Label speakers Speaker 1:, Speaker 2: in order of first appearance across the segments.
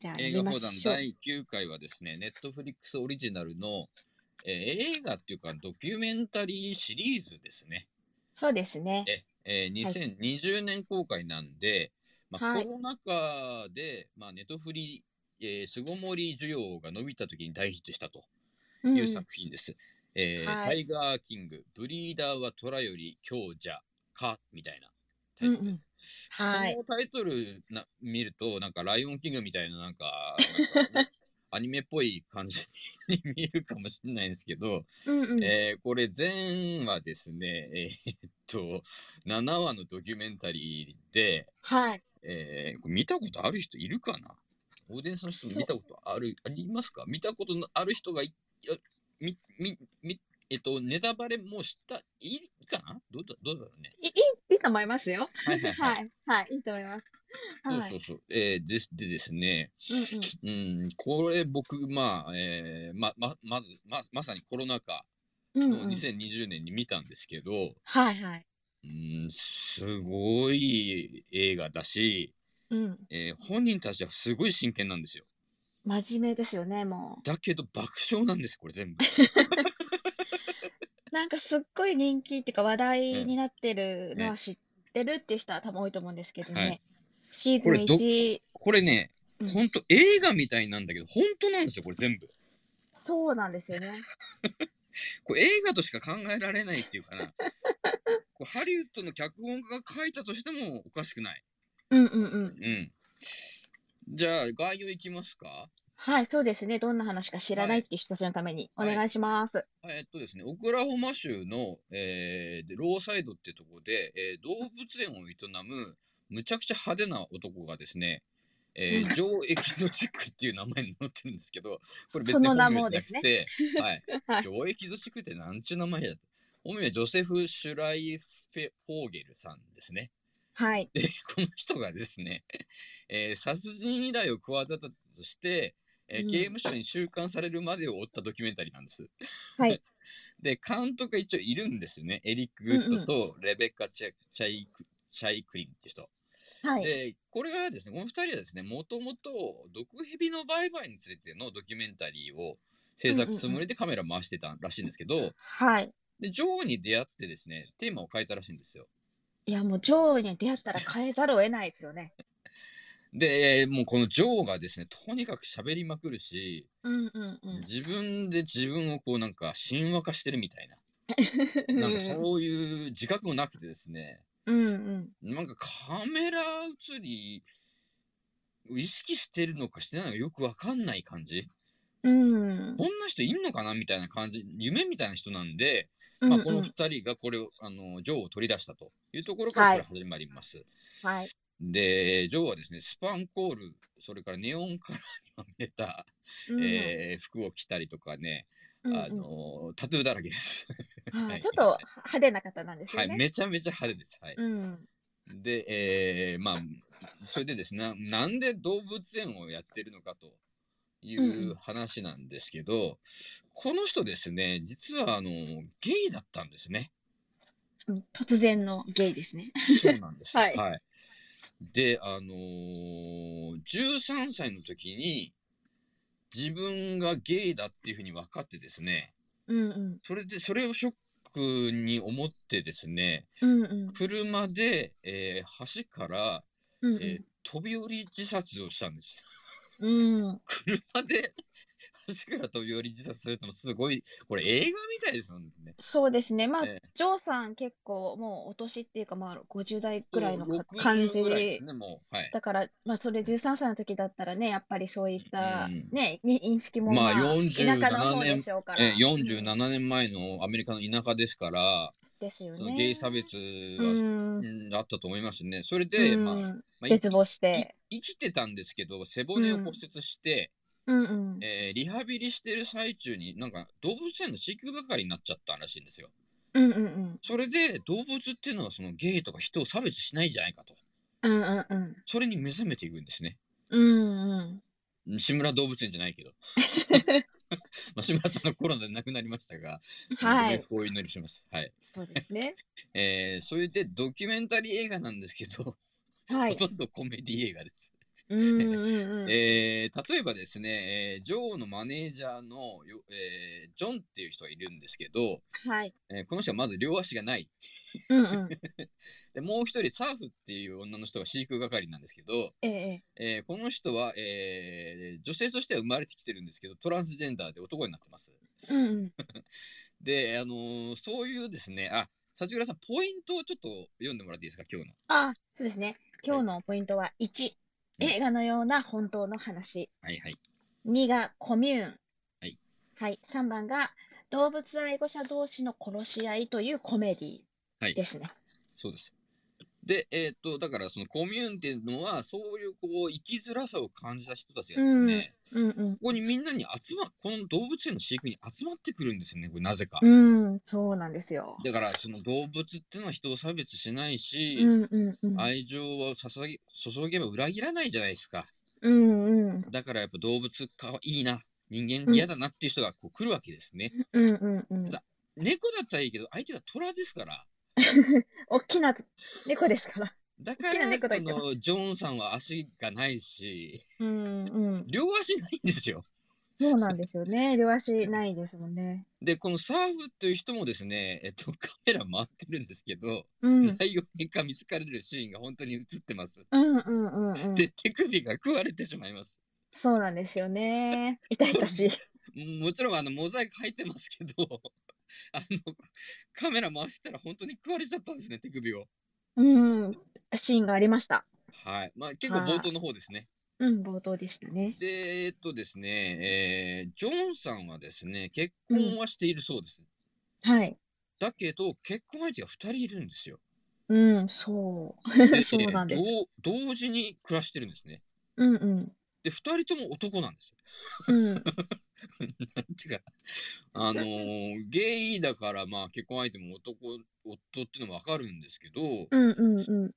Speaker 1: じゃあ
Speaker 2: 映
Speaker 1: やり
Speaker 2: 画
Speaker 1: ま
Speaker 2: 放
Speaker 1: しょ
Speaker 2: 談
Speaker 1: う。
Speaker 2: 第9回はですね、ネットフリックスオリジナルの、えー映画っていうかドキュメンタリーシリーズですね。
Speaker 1: そうですね。
Speaker 2: えー2020年公開なんで、まあ
Speaker 1: はい
Speaker 2: コロナ禍で、まあ、ネトフリ、えー巣ごもり需要が伸びた時に大ヒットしたと
Speaker 1: うん
Speaker 2: いう作品です。えー
Speaker 1: はい
Speaker 2: タイガーキング、ブリーダーは虎より強者かみたいなタイトルです。
Speaker 1: はい
Speaker 2: このタイトルな見ると、なんかライオンキングみたいな、なんか、なん かアニメっぽい感じに見えるかもしれないんですけど、
Speaker 1: うんうん
Speaker 2: えーこれ全話ですね、えーっと、7話のドキュメンタリーで、
Speaker 1: はい。
Speaker 2: えーこれ見たことある人いるかなオーディエンスの人見たことあるありますか見たことのある人がいいやみみみえっと、ネタバレもうしたいいかなどうだどうだろうね。
Speaker 1: いいいいと思いますよ。
Speaker 2: はいはいは。
Speaker 1: はいい。はい。いいと思います。
Speaker 2: そう
Speaker 1: は
Speaker 2: そ
Speaker 1: い。
Speaker 2: うそう。えーですでですね、
Speaker 1: うん
Speaker 2: うん、これ僕、まあ、えーまままずま、まさにコロナ禍
Speaker 1: うん。うん
Speaker 2: の
Speaker 1: うん。
Speaker 2: 2020年に見たんですけど、
Speaker 1: はいはい。
Speaker 2: うん、すごい映画だし、
Speaker 1: うん。
Speaker 2: えー本人たちはすごい真剣なんですよ。
Speaker 1: 真面目ですよね、も
Speaker 2: だけど爆笑なんです、こ れ全部。
Speaker 1: う。なんかすっごい人気っていうか話題
Speaker 2: ええ
Speaker 1: になってるの
Speaker 2: ええ
Speaker 1: は知ってるっていう人は多分多いと思うんですけど
Speaker 2: はい
Speaker 1: ね。シーズ
Speaker 2: こ
Speaker 1: ン
Speaker 2: れど
Speaker 1: 1、
Speaker 2: これね
Speaker 1: うん、
Speaker 2: ほんと映画みたいなんだけど、本当なんですよ、これ全部。
Speaker 1: そうなんですよね。
Speaker 2: これ映画としか考えられないっていう かな。これハリウッドの脚本家が書いたとしてもおかしくない。
Speaker 1: うんうんうん。
Speaker 2: うん。じゃあ、概要いきますか。
Speaker 1: はい、そうですね。どんな話か知らな
Speaker 2: はい
Speaker 1: いっていう人たちのためにお
Speaker 2: はい
Speaker 1: 願いします。
Speaker 2: えっとですね、オクラホマ州の、えーでローサイドってとこで、えー動物園を営むむちゃくちゃ派手な男がですね、え
Speaker 1: うん
Speaker 2: ー、ジョー・エキゾチックっていう名前に載ってるんですけど、これ別
Speaker 1: そ
Speaker 2: に
Speaker 1: の
Speaker 2: 本
Speaker 1: 名
Speaker 2: 名
Speaker 1: も
Speaker 2: じゃなくて、はい、
Speaker 1: はい
Speaker 2: ジョー・エキゾチックってなんちゅう名前やと。本名はジョセフ・シュライフェ・フォーゲルさんですね。
Speaker 1: はい。
Speaker 2: で、この人がですね、えー殺人依頼を企てたとして、えー
Speaker 1: うん
Speaker 2: 刑務所に収監されるまでを追ったドキュメンタリーなんです。
Speaker 1: はい。
Speaker 2: で、監督が一応いるんですよね。エリック・グッドとレベッカ・チャチャイクチャイクリンって人。
Speaker 1: はい。
Speaker 2: で、これがですね、この2人はですね、もともと毒蛇の売買についてのドキュメンタリーを制作するつもりでカメラ回してたらしいんですけど、
Speaker 1: はい。
Speaker 2: で、ジョーに出会ってですね、テーマを変えたらしいんですよ。
Speaker 1: いや、もう、ジョーに出会ったら変えざるを得ないですよね。
Speaker 2: で、もうこのジョーがですね、とにかく喋りまくるし、
Speaker 1: うんうんうん。
Speaker 2: 自分で自分をこうなんか神話化してるみたいな、 なんかそういう自覚もなくてですね、
Speaker 1: うんうん。
Speaker 2: なんかカメラ映りを意識してるのかしてないのかよくわかんない感じ、
Speaker 1: うん。
Speaker 2: こんな人いんのかなみたいな感じ、夢みたいな人なんで、まあ、こ
Speaker 1: うんう
Speaker 2: の
Speaker 1: ん
Speaker 2: 2人がこれを、あの、ジョーを取り出したというところから
Speaker 1: は
Speaker 2: こ
Speaker 1: い
Speaker 2: れ始まります。
Speaker 1: はい。
Speaker 2: で、ジョーはですね、スパンコール、それからネオンカラーにまみれた、
Speaker 1: うん
Speaker 2: えー服を着たりとかね、
Speaker 1: うんうん
Speaker 2: あのタトゥーだらけです。
Speaker 1: は
Speaker 2: はいい
Speaker 1: ちょっと派手な方なんです
Speaker 2: は
Speaker 1: よ
Speaker 2: い、
Speaker 1: ね。
Speaker 2: めちゃめちゃ派手です。はい。
Speaker 1: うん。
Speaker 2: で、えーまあ、それでですね、ななんで動物園をやってるのかとい
Speaker 1: うんうん
Speaker 2: う話なんですけど、この人ですね、実はあのゲイだったんです ね。
Speaker 1: うん突然のゲイですね。
Speaker 2: そうなんです。
Speaker 1: はい
Speaker 2: で、あのー、13歳の時に自分がゲイだっていうふうに分かってですね、
Speaker 1: うんうん。
Speaker 2: それで、それをショックに思ってですね、
Speaker 1: うんうん。
Speaker 2: 車で、えー橋から、
Speaker 1: うん
Speaker 2: えー飛び降り自殺をしたんです。
Speaker 1: うん。うん。
Speaker 2: 車で橋から飛び降り自殺するってもすごい、これ映画みたいですもんね。
Speaker 1: そうですね。まあ、
Speaker 2: え
Speaker 1: ジョーさん結構もうお年っていうか、まあ、50代ぐらいのか
Speaker 2: 60
Speaker 1: 感じ
Speaker 2: ぐらいですね、もう。はい。
Speaker 1: だから、まあ、それ13歳の時だったらね、やっぱりそういった、
Speaker 2: うん
Speaker 1: ね、に認識も、
Speaker 2: まあ
Speaker 1: 田舎の方
Speaker 2: 47年
Speaker 1: でしょうから。
Speaker 2: えー
Speaker 1: うん
Speaker 2: 47年前のアメリカの田舎ですから、
Speaker 1: ですよ
Speaker 2: その
Speaker 1: ね。
Speaker 2: ゲイ差別
Speaker 1: う
Speaker 2: は、
Speaker 1: ん。
Speaker 2: うんあったと思いますね。それで、
Speaker 1: うん
Speaker 2: まあ、まあ、
Speaker 1: 絶望し
Speaker 2: い
Speaker 1: て。
Speaker 2: 生きてたんですけど、背骨を骨折して、
Speaker 1: うんうん。
Speaker 2: えーリハビリしてる最中になんか動物園の飼育係になっちゃったらしいんですよ。
Speaker 1: うんうんうん。
Speaker 2: それで動物っていうのはそのゲイとか人を差別しないんじゃないかと。
Speaker 1: うんうんうん。
Speaker 2: それに目覚めていくんですね。
Speaker 1: うんうん。
Speaker 2: 志村動物園じゃな いけど。 まあ、志村さんのコロナで亡くなりましたが、
Speaker 1: は
Speaker 2: ご冥
Speaker 1: い。
Speaker 2: 福をお祈りします。はい。
Speaker 1: そうですね。
Speaker 2: えーそれでドキュメンタリー映画なんですけど、
Speaker 1: はい
Speaker 2: ほ。とんどコメディ映画です。
Speaker 1: うんうんうん。
Speaker 2: えー例えばですね、えー、ジョーのマネージャーのよ、えージョンっていう人がいるんですけど、
Speaker 1: はい。
Speaker 2: えーこの人はまず両足がない
Speaker 1: うんうん。
Speaker 2: でもう一人サーフっていう女の人が飼育係なんですけど、
Speaker 1: ええ。
Speaker 2: えーこの人は、えー女性としては生まれてきてるんですけどトランスジェンダーで男になってます。
Speaker 1: うんうん。
Speaker 2: で、あのーそういうですねあ幸倉さんポイントをちょっと読んでもらっていいですか今日の。
Speaker 1: あ、そうですね。今日のポイントは1、映画のような本当の話。
Speaker 2: はいはい。
Speaker 1: 2がコミューン。
Speaker 2: はい。
Speaker 1: はい。3番が動物愛護者同士の殺し合いというコメデ
Speaker 2: はい
Speaker 1: ィですね。
Speaker 2: そうです。で、えーっと、だからそのコミューンっていうのは、そういうこう、生きづらさを感じた人たちがですね、
Speaker 1: うん
Speaker 2: ここにみんなに集ま、この動物園の飼育に集まってくるんですね、これなぜか。
Speaker 1: うん。うん、そうなんですよ。
Speaker 2: だから、その動物っていうのは人を差別しないうし、
Speaker 1: んうんうん。
Speaker 2: 愛情を注ぎ注げば裏切らないじゃないですか。
Speaker 1: うんうん。
Speaker 2: だからやっぱ動物かわいいな、人間嫌だなっていう人がこう来るわけですね。
Speaker 1: うんうんうん。
Speaker 2: 猫だったらいいけど、相手が虎ですから。
Speaker 1: 大きな猫ですから。
Speaker 2: だか
Speaker 1: 好きな
Speaker 2: ら、
Speaker 1: 猫だけ
Speaker 2: そ
Speaker 1: ど
Speaker 2: の、ジョーンさんは足がないし、
Speaker 1: うんうん。
Speaker 2: 両足ないんですよ。
Speaker 1: そうなんですよね。両足ないですもんね。
Speaker 2: で、このサーフという人もですね、えっと、カメラ回ってるんですけど、
Speaker 1: うん。うん
Speaker 2: ライオンに噛みつかれるシーンが本当に映ってます。
Speaker 1: うんうんうん。
Speaker 2: で、手首が食われてしまいます。
Speaker 1: そうなんですよ ね。痛々しい。
Speaker 2: ももちろん、あの、モザイク入ってますけど、 あの、カメラ回してたら本当に食われちゃったんですね、手首を。
Speaker 1: うん。シーンがありました。
Speaker 2: はい。まあ、結構冒頭の方ですね。
Speaker 1: うん、冒頭でしたね。
Speaker 2: で、えっとですね、えージョンさんはですね、結婚はしているそうです。
Speaker 1: はい。
Speaker 2: だけど、結婚相手が2人いる んですよ。
Speaker 1: うん、そう。
Speaker 2: で
Speaker 1: そうなんです
Speaker 2: えー同同時に暮らしてるんですね。
Speaker 1: うんうん。
Speaker 2: で、2人とも男なんですよ。
Speaker 1: うん。
Speaker 2: なんていうか、あの ーゲイだから、まあ、結婚相手も男、夫っていうのもわかるんですけど、
Speaker 1: うんうんうん。
Speaker 2: う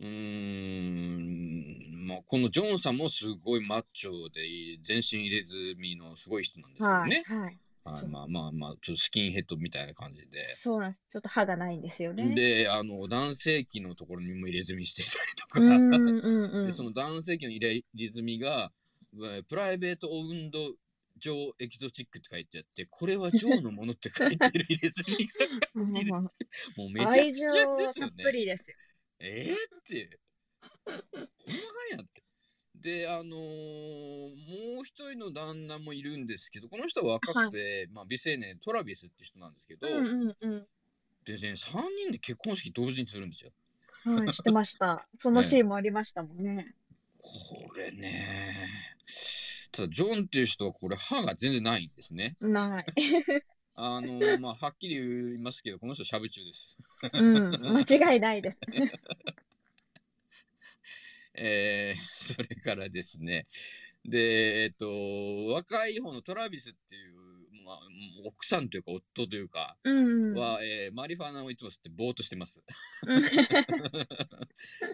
Speaker 2: ーん、まあ、このジョンさんもすごいマッチョで、全身入れ墨のすごい人なんですけど
Speaker 1: はい。
Speaker 2: ね。
Speaker 1: はい。
Speaker 2: はい
Speaker 1: そう
Speaker 2: まあまあまあ、ちょっとスキンヘッドみたいな感じで。
Speaker 1: そうなんです。ちょっと歯がないんですよね。
Speaker 2: で、あの、男性器のところにも入れ墨してた
Speaker 1: う
Speaker 2: りとか、
Speaker 1: んうんうん。
Speaker 2: でその男性器の入れ墨が、えープライベートオウンド上エキゾチックって書いてあって、これは上のものって書いてる入れ墨が
Speaker 1: うんうん
Speaker 2: もうめちゃくちゃ
Speaker 1: 愛
Speaker 2: です
Speaker 1: 情
Speaker 2: よね。
Speaker 1: たっぷりですよ。
Speaker 2: えー、って。ほんまかいなって。で、あのーもう一人の旦那もいるんですけど、この人は若くて、まあ、美青年、トラビスって人なんですけど、
Speaker 1: うんうんうん。
Speaker 2: でね、3人で結婚式同時にするんですよ。
Speaker 1: はい、してま した。そのシーンもありましたもんね。
Speaker 2: これね。ただ、ジョンっていう人は、これ、歯が全然ないんですね。
Speaker 1: ない。
Speaker 2: あのーまあ、はっきり言いますけど、この人、しゃぶ中です。
Speaker 1: うん、間違いないです。
Speaker 2: えーそ れからですね、で、えっと、若い方のトラビスっていう、まあ、奥さんというか、夫というか、
Speaker 1: うん。
Speaker 2: は、えーマリファナをいつも吸ってぼーっとしてます。
Speaker 1: うん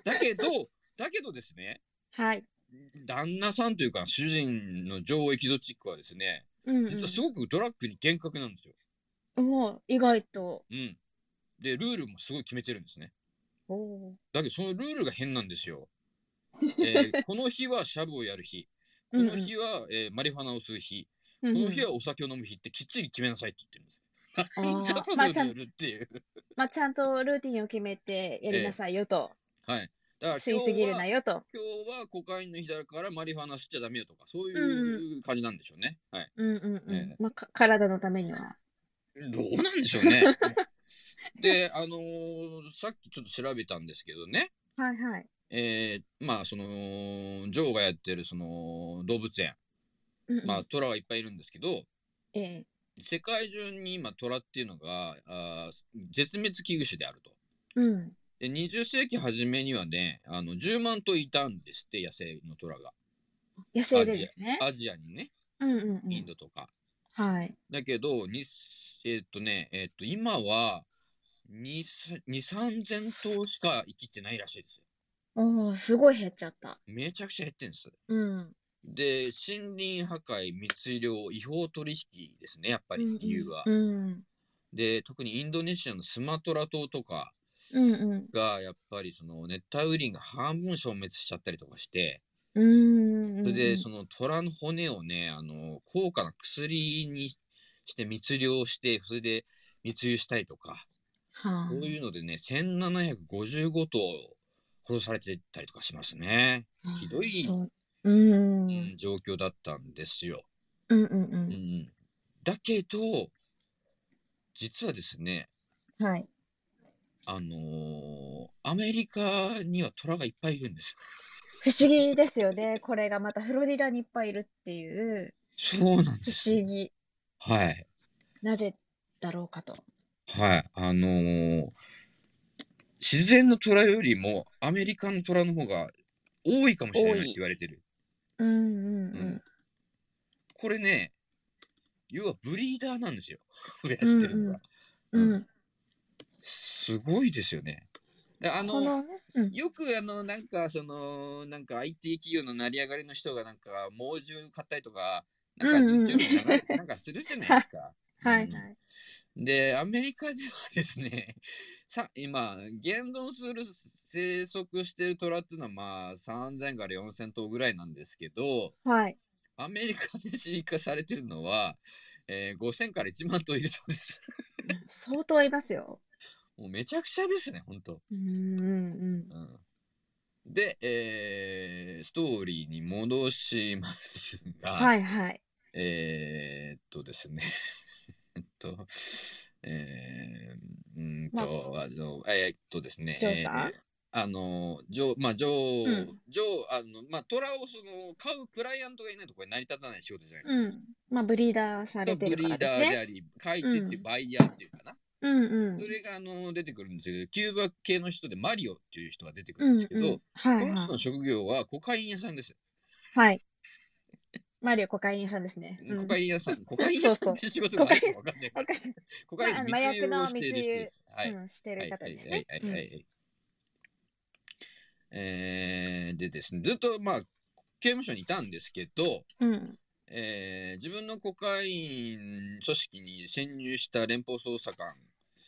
Speaker 2: だけど、 だけどですね、
Speaker 1: はい。
Speaker 2: 旦那さんというか、主人の女王エキゾチックはですね、
Speaker 1: うん
Speaker 2: 実はすごくドラッグに厳格なんですよ。
Speaker 1: うん、もう意外と。
Speaker 2: うん。で、ルールもすごい決めてるんですね。
Speaker 1: おお
Speaker 2: だけど、そのルールが変なんですよ。え ーこの日はシャブをやる日、この日は、えーマリファナを吸う日、
Speaker 1: こ
Speaker 2: この日はお酒を飲む日ってきっちり決めなさいって言ってるん ですよ。
Speaker 1: あー
Speaker 2: なんじゃ
Speaker 1: ま
Speaker 2: その
Speaker 1: あ
Speaker 2: ル
Speaker 1: ちゃん
Speaker 2: ールっていう。
Speaker 1: まあ、ちゃんとルーティンを決めてやりなさいよと、
Speaker 2: はい。だから
Speaker 1: 吸い
Speaker 2: 今
Speaker 1: すぎ
Speaker 2: 日
Speaker 1: る
Speaker 2: は
Speaker 1: なよと。
Speaker 2: 今日はコカインの日だからマリファナしちゃダメよとかそういう感じなんでしょうね。はい。
Speaker 1: うんうんうん。
Speaker 2: ええ
Speaker 1: まあ、か体のためには。
Speaker 2: どうなんでしょうね。で、あのーさっきちょっと調べたんですけどね、
Speaker 1: はいはい。
Speaker 2: えーまあそのジョーがやってるその動物園、
Speaker 1: うんうん
Speaker 2: まあトラはいっぱいいるんですけど、
Speaker 1: ええ
Speaker 2: 世界中に今トラっていうのがあー絶滅危惧種であると。
Speaker 1: うん。
Speaker 2: で20世紀初めにはねあの10万頭いたんですって野生のトラが
Speaker 1: 野生でですね。
Speaker 2: アジアにね
Speaker 1: うんうんう
Speaker 2: イン
Speaker 1: ん。
Speaker 2: ドとか、
Speaker 1: はい。
Speaker 2: だけどにえーっとねえーっと今は23000頭しか生きてないらしいですよ
Speaker 1: おおすごい減っちゃった。
Speaker 2: めちゃくちゃ減ってんです
Speaker 1: うん。
Speaker 2: で森林破壊密漁違法取引ですねやっぱ
Speaker 1: うんう
Speaker 2: り
Speaker 1: ん
Speaker 2: 理由は、
Speaker 1: うん。
Speaker 2: で特にインドネシアのスマトラ島とか
Speaker 1: うんうん。
Speaker 2: がやっぱりその熱帯雨林が半分消滅しちゃったりとかして
Speaker 1: うーん。
Speaker 2: それで、その虎の骨をね、あの、高価な薬にして密漁して、それで密輸したりとか、
Speaker 1: はあ
Speaker 2: そういうのでね、1755頭殺されてたりとかしますね。ひどい
Speaker 1: そううーん。う
Speaker 2: うんん、状況だったんですよ。
Speaker 1: うん
Speaker 2: う、
Speaker 1: うん
Speaker 2: だけど、実はですね、
Speaker 1: ん。はい。
Speaker 2: あのーアメリカには虎がいっぱいいる んです。
Speaker 1: 不思議ですよね。これがまたフロリダにいっぱいいるっていう
Speaker 2: そうなんで
Speaker 1: 不
Speaker 2: す。
Speaker 1: 思議。
Speaker 2: はい。
Speaker 1: なぜだろうかと。
Speaker 2: はい。あのー自然の虎よりもアメリカの虎の方が多いかもしれないっ
Speaker 1: 多い
Speaker 2: て言われてる。
Speaker 1: うんうん
Speaker 2: うん
Speaker 1: う
Speaker 2: これね、要はブリーダーなんですよ。 増やしてるのが。
Speaker 1: ん。うん。
Speaker 2: すごいですよね。であ
Speaker 1: こ
Speaker 2: の
Speaker 1: のね、うん。
Speaker 2: よくあのなんかそのなんか IT 企業の成り上がりの人がなんか猛獣買ったりとかなんか
Speaker 1: うんうん
Speaker 2: YouTube で流れてなんかするじゃないですか。
Speaker 1: はいは
Speaker 2: うん
Speaker 1: い。
Speaker 2: でアメリカではですね さ今現存する生息してる虎っていうのはまあ3,000から4,000頭ぐらいなんですけど
Speaker 1: はい。
Speaker 2: アメリカで飼育されてるのは、えー、5,000から1万頭いるそうです。
Speaker 1: 相当いますよ。
Speaker 2: もうめちゃくちゃですね本当。
Speaker 1: うんうん
Speaker 2: うんで、えーストーリーに戻しますが、
Speaker 1: うん。はいはい。
Speaker 2: えーっとですね、 えっと、えー、うーんと、あの、えーっとですね、
Speaker 1: ジョーさん
Speaker 2: えーあの、ジョー、まあ、ジョー、
Speaker 1: うん
Speaker 2: ジョー、あの、まあ、虎をその、飼うクライアントがいないとこれ成り立たない仕事じゃないですか。
Speaker 1: うん。まあ、ブリーダーされて
Speaker 2: ブ
Speaker 1: る
Speaker 2: リ
Speaker 1: から
Speaker 2: ー
Speaker 1: で
Speaker 2: ダ
Speaker 1: す
Speaker 2: ーで
Speaker 1: ね。
Speaker 2: あり、飼い手っていううんバイヤーっていうかな。
Speaker 1: うんうん。
Speaker 2: それがあの出てくるんですけど、キューバ系の人でマリオっていう人が出てくる
Speaker 1: うんん
Speaker 2: ですけど、
Speaker 1: うん。はい
Speaker 2: この
Speaker 1: は
Speaker 2: 人の職業はコカイン屋さんです。
Speaker 1: い。はい。マリオコカインさんですね。うん
Speaker 2: コカイン屋 さん、コカイン屋さんっていう仕事があるかわかんないか
Speaker 1: わ
Speaker 2: ら。
Speaker 1: かる
Speaker 2: コカインの
Speaker 1: まああの
Speaker 2: 密輸をしている人です。は
Speaker 1: う
Speaker 2: い。
Speaker 1: ん、して
Speaker 2: は
Speaker 1: る
Speaker 2: い。
Speaker 1: 方
Speaker 2: はい。
Speaker 1: です
Speaker 2: は
Speaker 1: ね
Speaker 2: い。。はい。はい。えーでですね、ずっとまあ、刑務所にいたんですけど、
Speaker 1: うん。
Speaker 2: えー自分のコカイン組織に潜入した連邦捜査官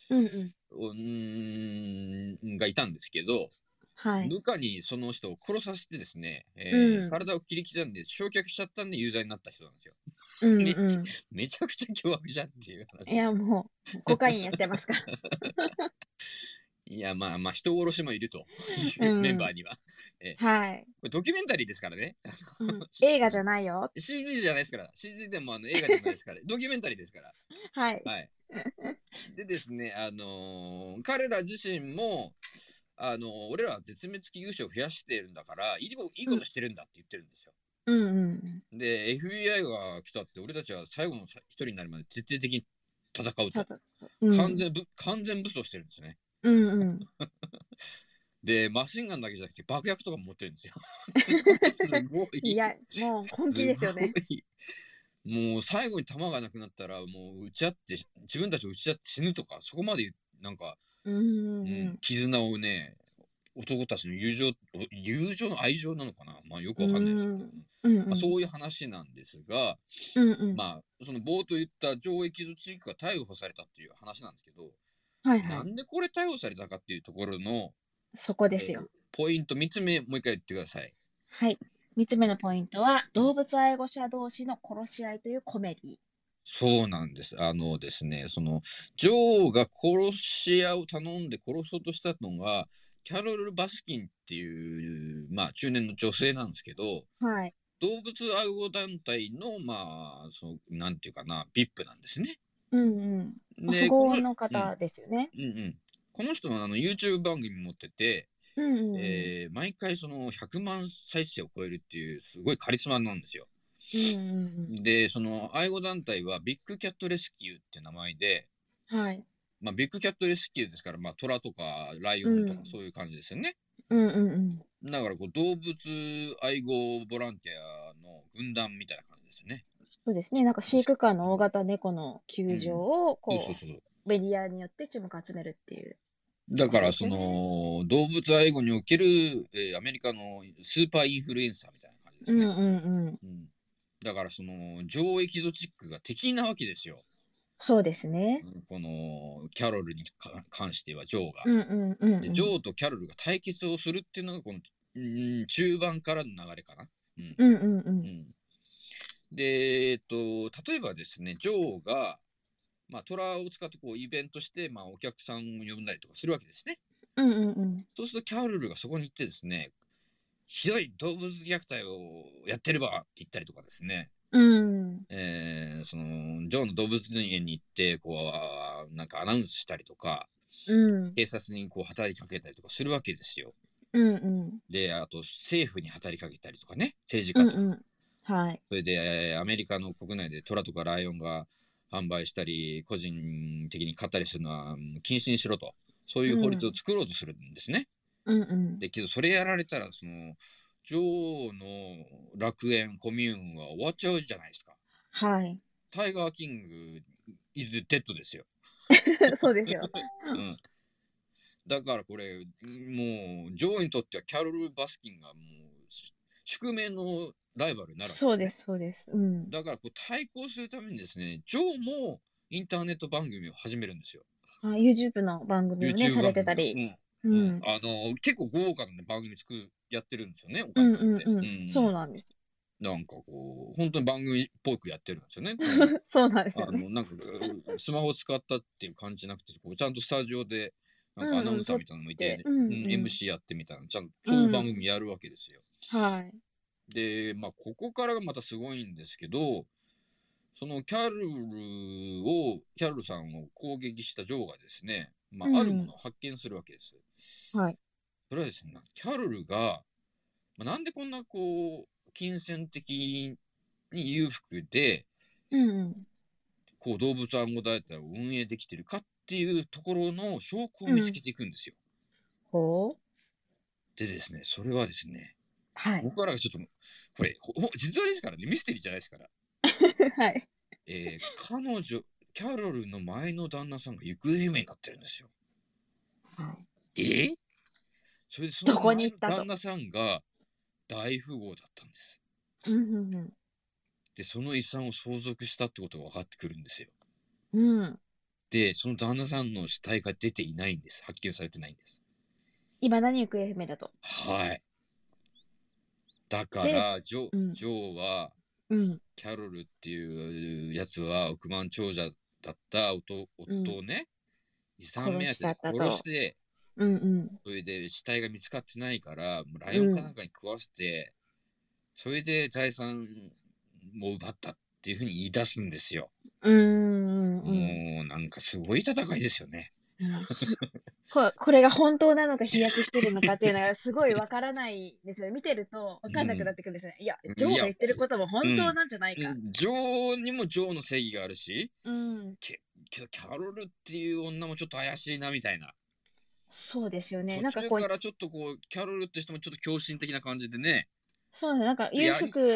Speaker 1: うんうん。
Speaker 2: をうーんがいたんですけど、
Speaker 1: はい。
Speaker 2: 部下にその人を殺させてですね、えー
Speaker 1: うん
Speaker 2: 体を切り刻んで焼却しちゃったんで有罪になった人なんですよ。
Speaker 1: うん
Speaker 2: めっちゃ
Speaker 1: う
Speaker 2: めちゃくちゃ凶悪じゃんっていう話です
Speaker 1: ん。いや、もう、コカインやってますから。
Speaker 2: いやまあまあ人殺しもいるといううんメンバーには、こ
Speaker 1: はい。
Speaker 2: れドキュメンタリーですからね
Speaker 1: うん映画じゃないよ。
Speaker 2: CG じゃないですから CG でもあの映画じゃないですからドキュメンタリーですから
Speaker 1: はい。
Speaker 2: はいでですねあのー彼ら自身もあのー俺らは絶滅危惧種を増やしてるんだからいいこといいことしてるんだって言ってるんですよ、
Speaker 1: うんうん。
Speaker 2: で FBI が来たって俺たちは最後の一人になるまで徹底的に戦う
Speaker 1: た
Speaker 2: と、
Speaker 1: だうん
Speaker 2: 完全ぶ完全武装してるんですね
Speaker 1: うんうん。
Speaker 2: でマシンガンだけじゃなくて爆薬とかも持ってるんで すよすごい
Speaker 1: いや、もう本気ですよね。
Speaker 2: ごいもう最後に弾がなくなったらもう撃ち合って自分たちを撃ち合って死ぬとかそこまでなんか、
Speaker 1: うんう
Speaker 2: うん
Speaker 1: ん
Speaker 2: 絆をね男たちの友情友情の愛情なのかなまあよくわかんないですけど、
Speaker 1: うんうん。うん
Speaker 2: まあ、そういう話なんですが、
Speaker 1: うんうん。
Speaker 2: まあその冒頭言った上役の地域が逮捕されたっていう話なんですけど、
Speaker 1: はい
Speaker 2: な
Speaker 1: はい。
Speaker 2: んでこれ逮捕されたかっていうところの
Speaker 1: そこですよ。
Speaker 2: ポイント3つ目もう一回言ってください。
Speaker 1: はい。三つ目のポイントは、動物愛護者同士の殺し合いというコメディ。
Speaker 2: そうなんです。あのですね、その女王が殺し屋を頼んで殺そうとしたのが、キャロル・バスキンっていう、まあ、中年の女性なんですけど、
Speaker 1: はい。
Speaker 2: 動物愛護団体の、まあ、そのなんていうかな、VIP なんですね。
Speaker 1: うんうん。まあ
Speaker 2: で、
Speaker 1: 富
Speaker 2: こ
Speaker 1: 豪
Speaker 2: の,、
Speaker 1: の方ですよね。
Speaker 2: うんうん、この人もあの YouTube 番組持ってて、
Speaker 1: うんうんうん。
Speaker 2: えー毎回その100万再生を超えるっていう、すごいカリスマなんですよ。
Speaker 1: うんうん
Speaker 2: で、その愛護団体はビッグキャットレスキューって名前で、
Speaker 1: うん。はい。
Speaker 2: まあ、ビッグキャットレスキューですから、まあ、虎とかライオンとか
Speaker 1: うん
Speaker 2: そういう感じですよね。
Speaker 1: うんうんうん。
Speaker 2: だからこう動物愛護ボランティアの軍団みたいな感じですね。
Speaker 1: そうですね。なんか飼育官の大型猫の球場を、こう、
Speaker 2: そうそうそう。
Speaker 1: メディアによって注目を集めるっていう。
Speaker 2: だからその動物愛護における、えーアメリカのスーパーインフルエンサーみたいな感じです
Speaker 1: うん
Speaker 2: ね。
Speaker 1: うんうん。
Speaker 2: うんだからその上エキゾチックが敵なわけですよ。
Speaker 1: そうですね。
Speaker 2: うんこのキャロルにか関してはジョーが。
Speaker 1: うんうんうんうん。
Speaker 2: でジョーとキャロルが対決をするっていうのがこのうん、中盤からの流れかな。うん
Speaker 1: うんうんう。
Speaker 2: うんん、で、えっと、例えばですね、女王が、まあ、虎を使ってこうイベントして、まあ、お客さんを呼んだりとかするわけですね。
Speaker 1: うんうんうん。
Speaker 2: そうするとキャロルがそこに行ってですね、ひどい動物虐待をやってればって言ったりとかですね、
Speaker 1: うん。
Speaker 2: えーそのジョーの動物園に行ってこうなんかアナウンスしたりとか
Speaker 1: うん。
Speaker 2: 警察にこう働きかけたりとかするわけですよ。
Speaker 1: うんうん。
Speaker 2: であと政府に働きかけたりとかね政治
Speaker 1: う
Speaker 2: 家
Speaker 1: ん
Speaker 2: とか、
Speaker 1: うん。はい。
Speaker 2: それでえーアメリカの国内でトラとかライオンが販売したり個人的に買ったりするのはうん禁止にしろとそういう法律を作ろうとするんですね。
Speaker 1: うんうん。
Speaker 2: でけどそれやられたらその女王の楽園コミューンは終わっちゃうじゃないですか。
Speaker 1: はい。
Speaker 2: タイガーキングイズデッドですよ。
Speaker 1: そうですよ。
Speaker 2: うんだからこれもうジョーにとってはキャロル・バスキンがもうし宿命のライバルになるわけ
Speaker 1: そうです、そうです。うん。
Speaker 2: だからこう対抗するためにですねジョーもインターネット番組を始めるんですよ。
Speaker 1: あ YouTube の番組をね、さ
Speaker 2: YouTube 番組
Speaker 1: れてたり。、う
Speaker 2: うん
Speaker 1: ん。
Speaker 2: あの結構豪華な、ね、番組作るやってるんですよねお
Speaker 1: うん
Speaker 2: 金
Speaker 1: うん
Speaker 2: って、
Speaker 1: うん。そう
Speaker 2: な
Speaker 1: なんです。
Speaker 2: んかこう本当に番組っぽくやってるんです よね。
Speaker 1: そうなんです
Speaker 2: あ
Speaker 1: よね。
Speaker 2: のなんかうスマホ使ったっていう感じじゃなくてこうちゃんとスタジオでなんかアナウンサーみたいなのもいて、
Speaker 1: うんうん
Speaker 2: うん
Speaker 1: うん
Speaker 2: MC やってみたいなちゃんとそういう番組やるわけですよ。
Speaker 1: はい。
Speaker 2: でまあここからがまたすごいんですけどそのキャロルをキャロルさんを攻撃したジョーがですね、ま
Speaker 1: うん
Speaker 2: あ、あるものを発見するわけです。
Speaker 1: はい
Speaker 2: それはですねキャロルが、まあ、なんでこんなこう金銭的に裕福で、
Speaker 1: うんうん。
Speaker 2: こう動物暗号ダイエットを運営できてるかっていうところの証拠を見つけていくんですよ。
Speaker 1: ほう。
Speaker 2: でですね、それはですね、
Speaker 1: はい。
Speaker 2: 僕からがちょっと、これ、ほほ実話ですからね、ミステリーじゃないですから。
Speaker 1: はい。
Speaker 2: えー彼女、キャロルの前の旦那さんが行方不明になってるんですよ。えーそれでその
Speaker 1: どこに
Speaker 2: 前
Speaker 1: 行
Speaker 2: の
Speaker 1: ったと
Speaker 2: 旦那さんが大富豪だったんです。
Speaker 1: うんうん
Speaker 2: で、その遺産を相続したってことが分かってくるんですよ。
Speaker 1: うん。うん。
Speaker 2: で、その旦那さんの死体が出ていないんです。発見されてないんです。
Speaker 1: いまだに行方不明だと。
Speaker 2: はい。だから、ジョ,、
Speaker 1: うん
Speaker 2: ジョーは、
Speaker 1: うん。
Speaker 2: キャロルっていうやつは億万長者だった夫夫をね、遺産目当てで
Speaker 1: 殺しちゃったと
Speaker 2: 殺して、
Speaker 1: うんうん。
Speaker 2: それで死体が見つかってないから、もうライオンかなんかに食わせて、それで財産も奪ったっていうふうに言い出すんですよ。
Speaker 1: うーんうんうん。
Speaker 2: もうなんかすごい戦いですよね。
Speaker 1: ここれが本当なのか飛躍してるのかっていうのがすごいわからないんですよね。見てるとわかんなくなってくるんですね。いや
Speaker 2: うん、
Speaker 1: ジョー
Speaker 2: い
Speaker 1: が
Speaker 2: や
Speaker 1: 言ってることも本当なんじゃないか。
Speaker 2: ジョーにもジョーの正義があるし、
Speaker 1: うん。
Speaker 2: けどキャロルっていう女もちょっと怪しいなみたいな。
Speaker 1: そうですよね。なん
Speaker 2: 途
Speaker 1: か
Speaker 2: 中
Speaker 1: こ
Speaker 2: か
Speaker 1: う、
Speaker 2: らちょっとこうキャロルって人もちょっと狂信的な感じでね。
Speaker 1: そうね。なんか
Speaker 2: や
Speaker 1: 裕
Speaker 2: り
Speaker 1: 福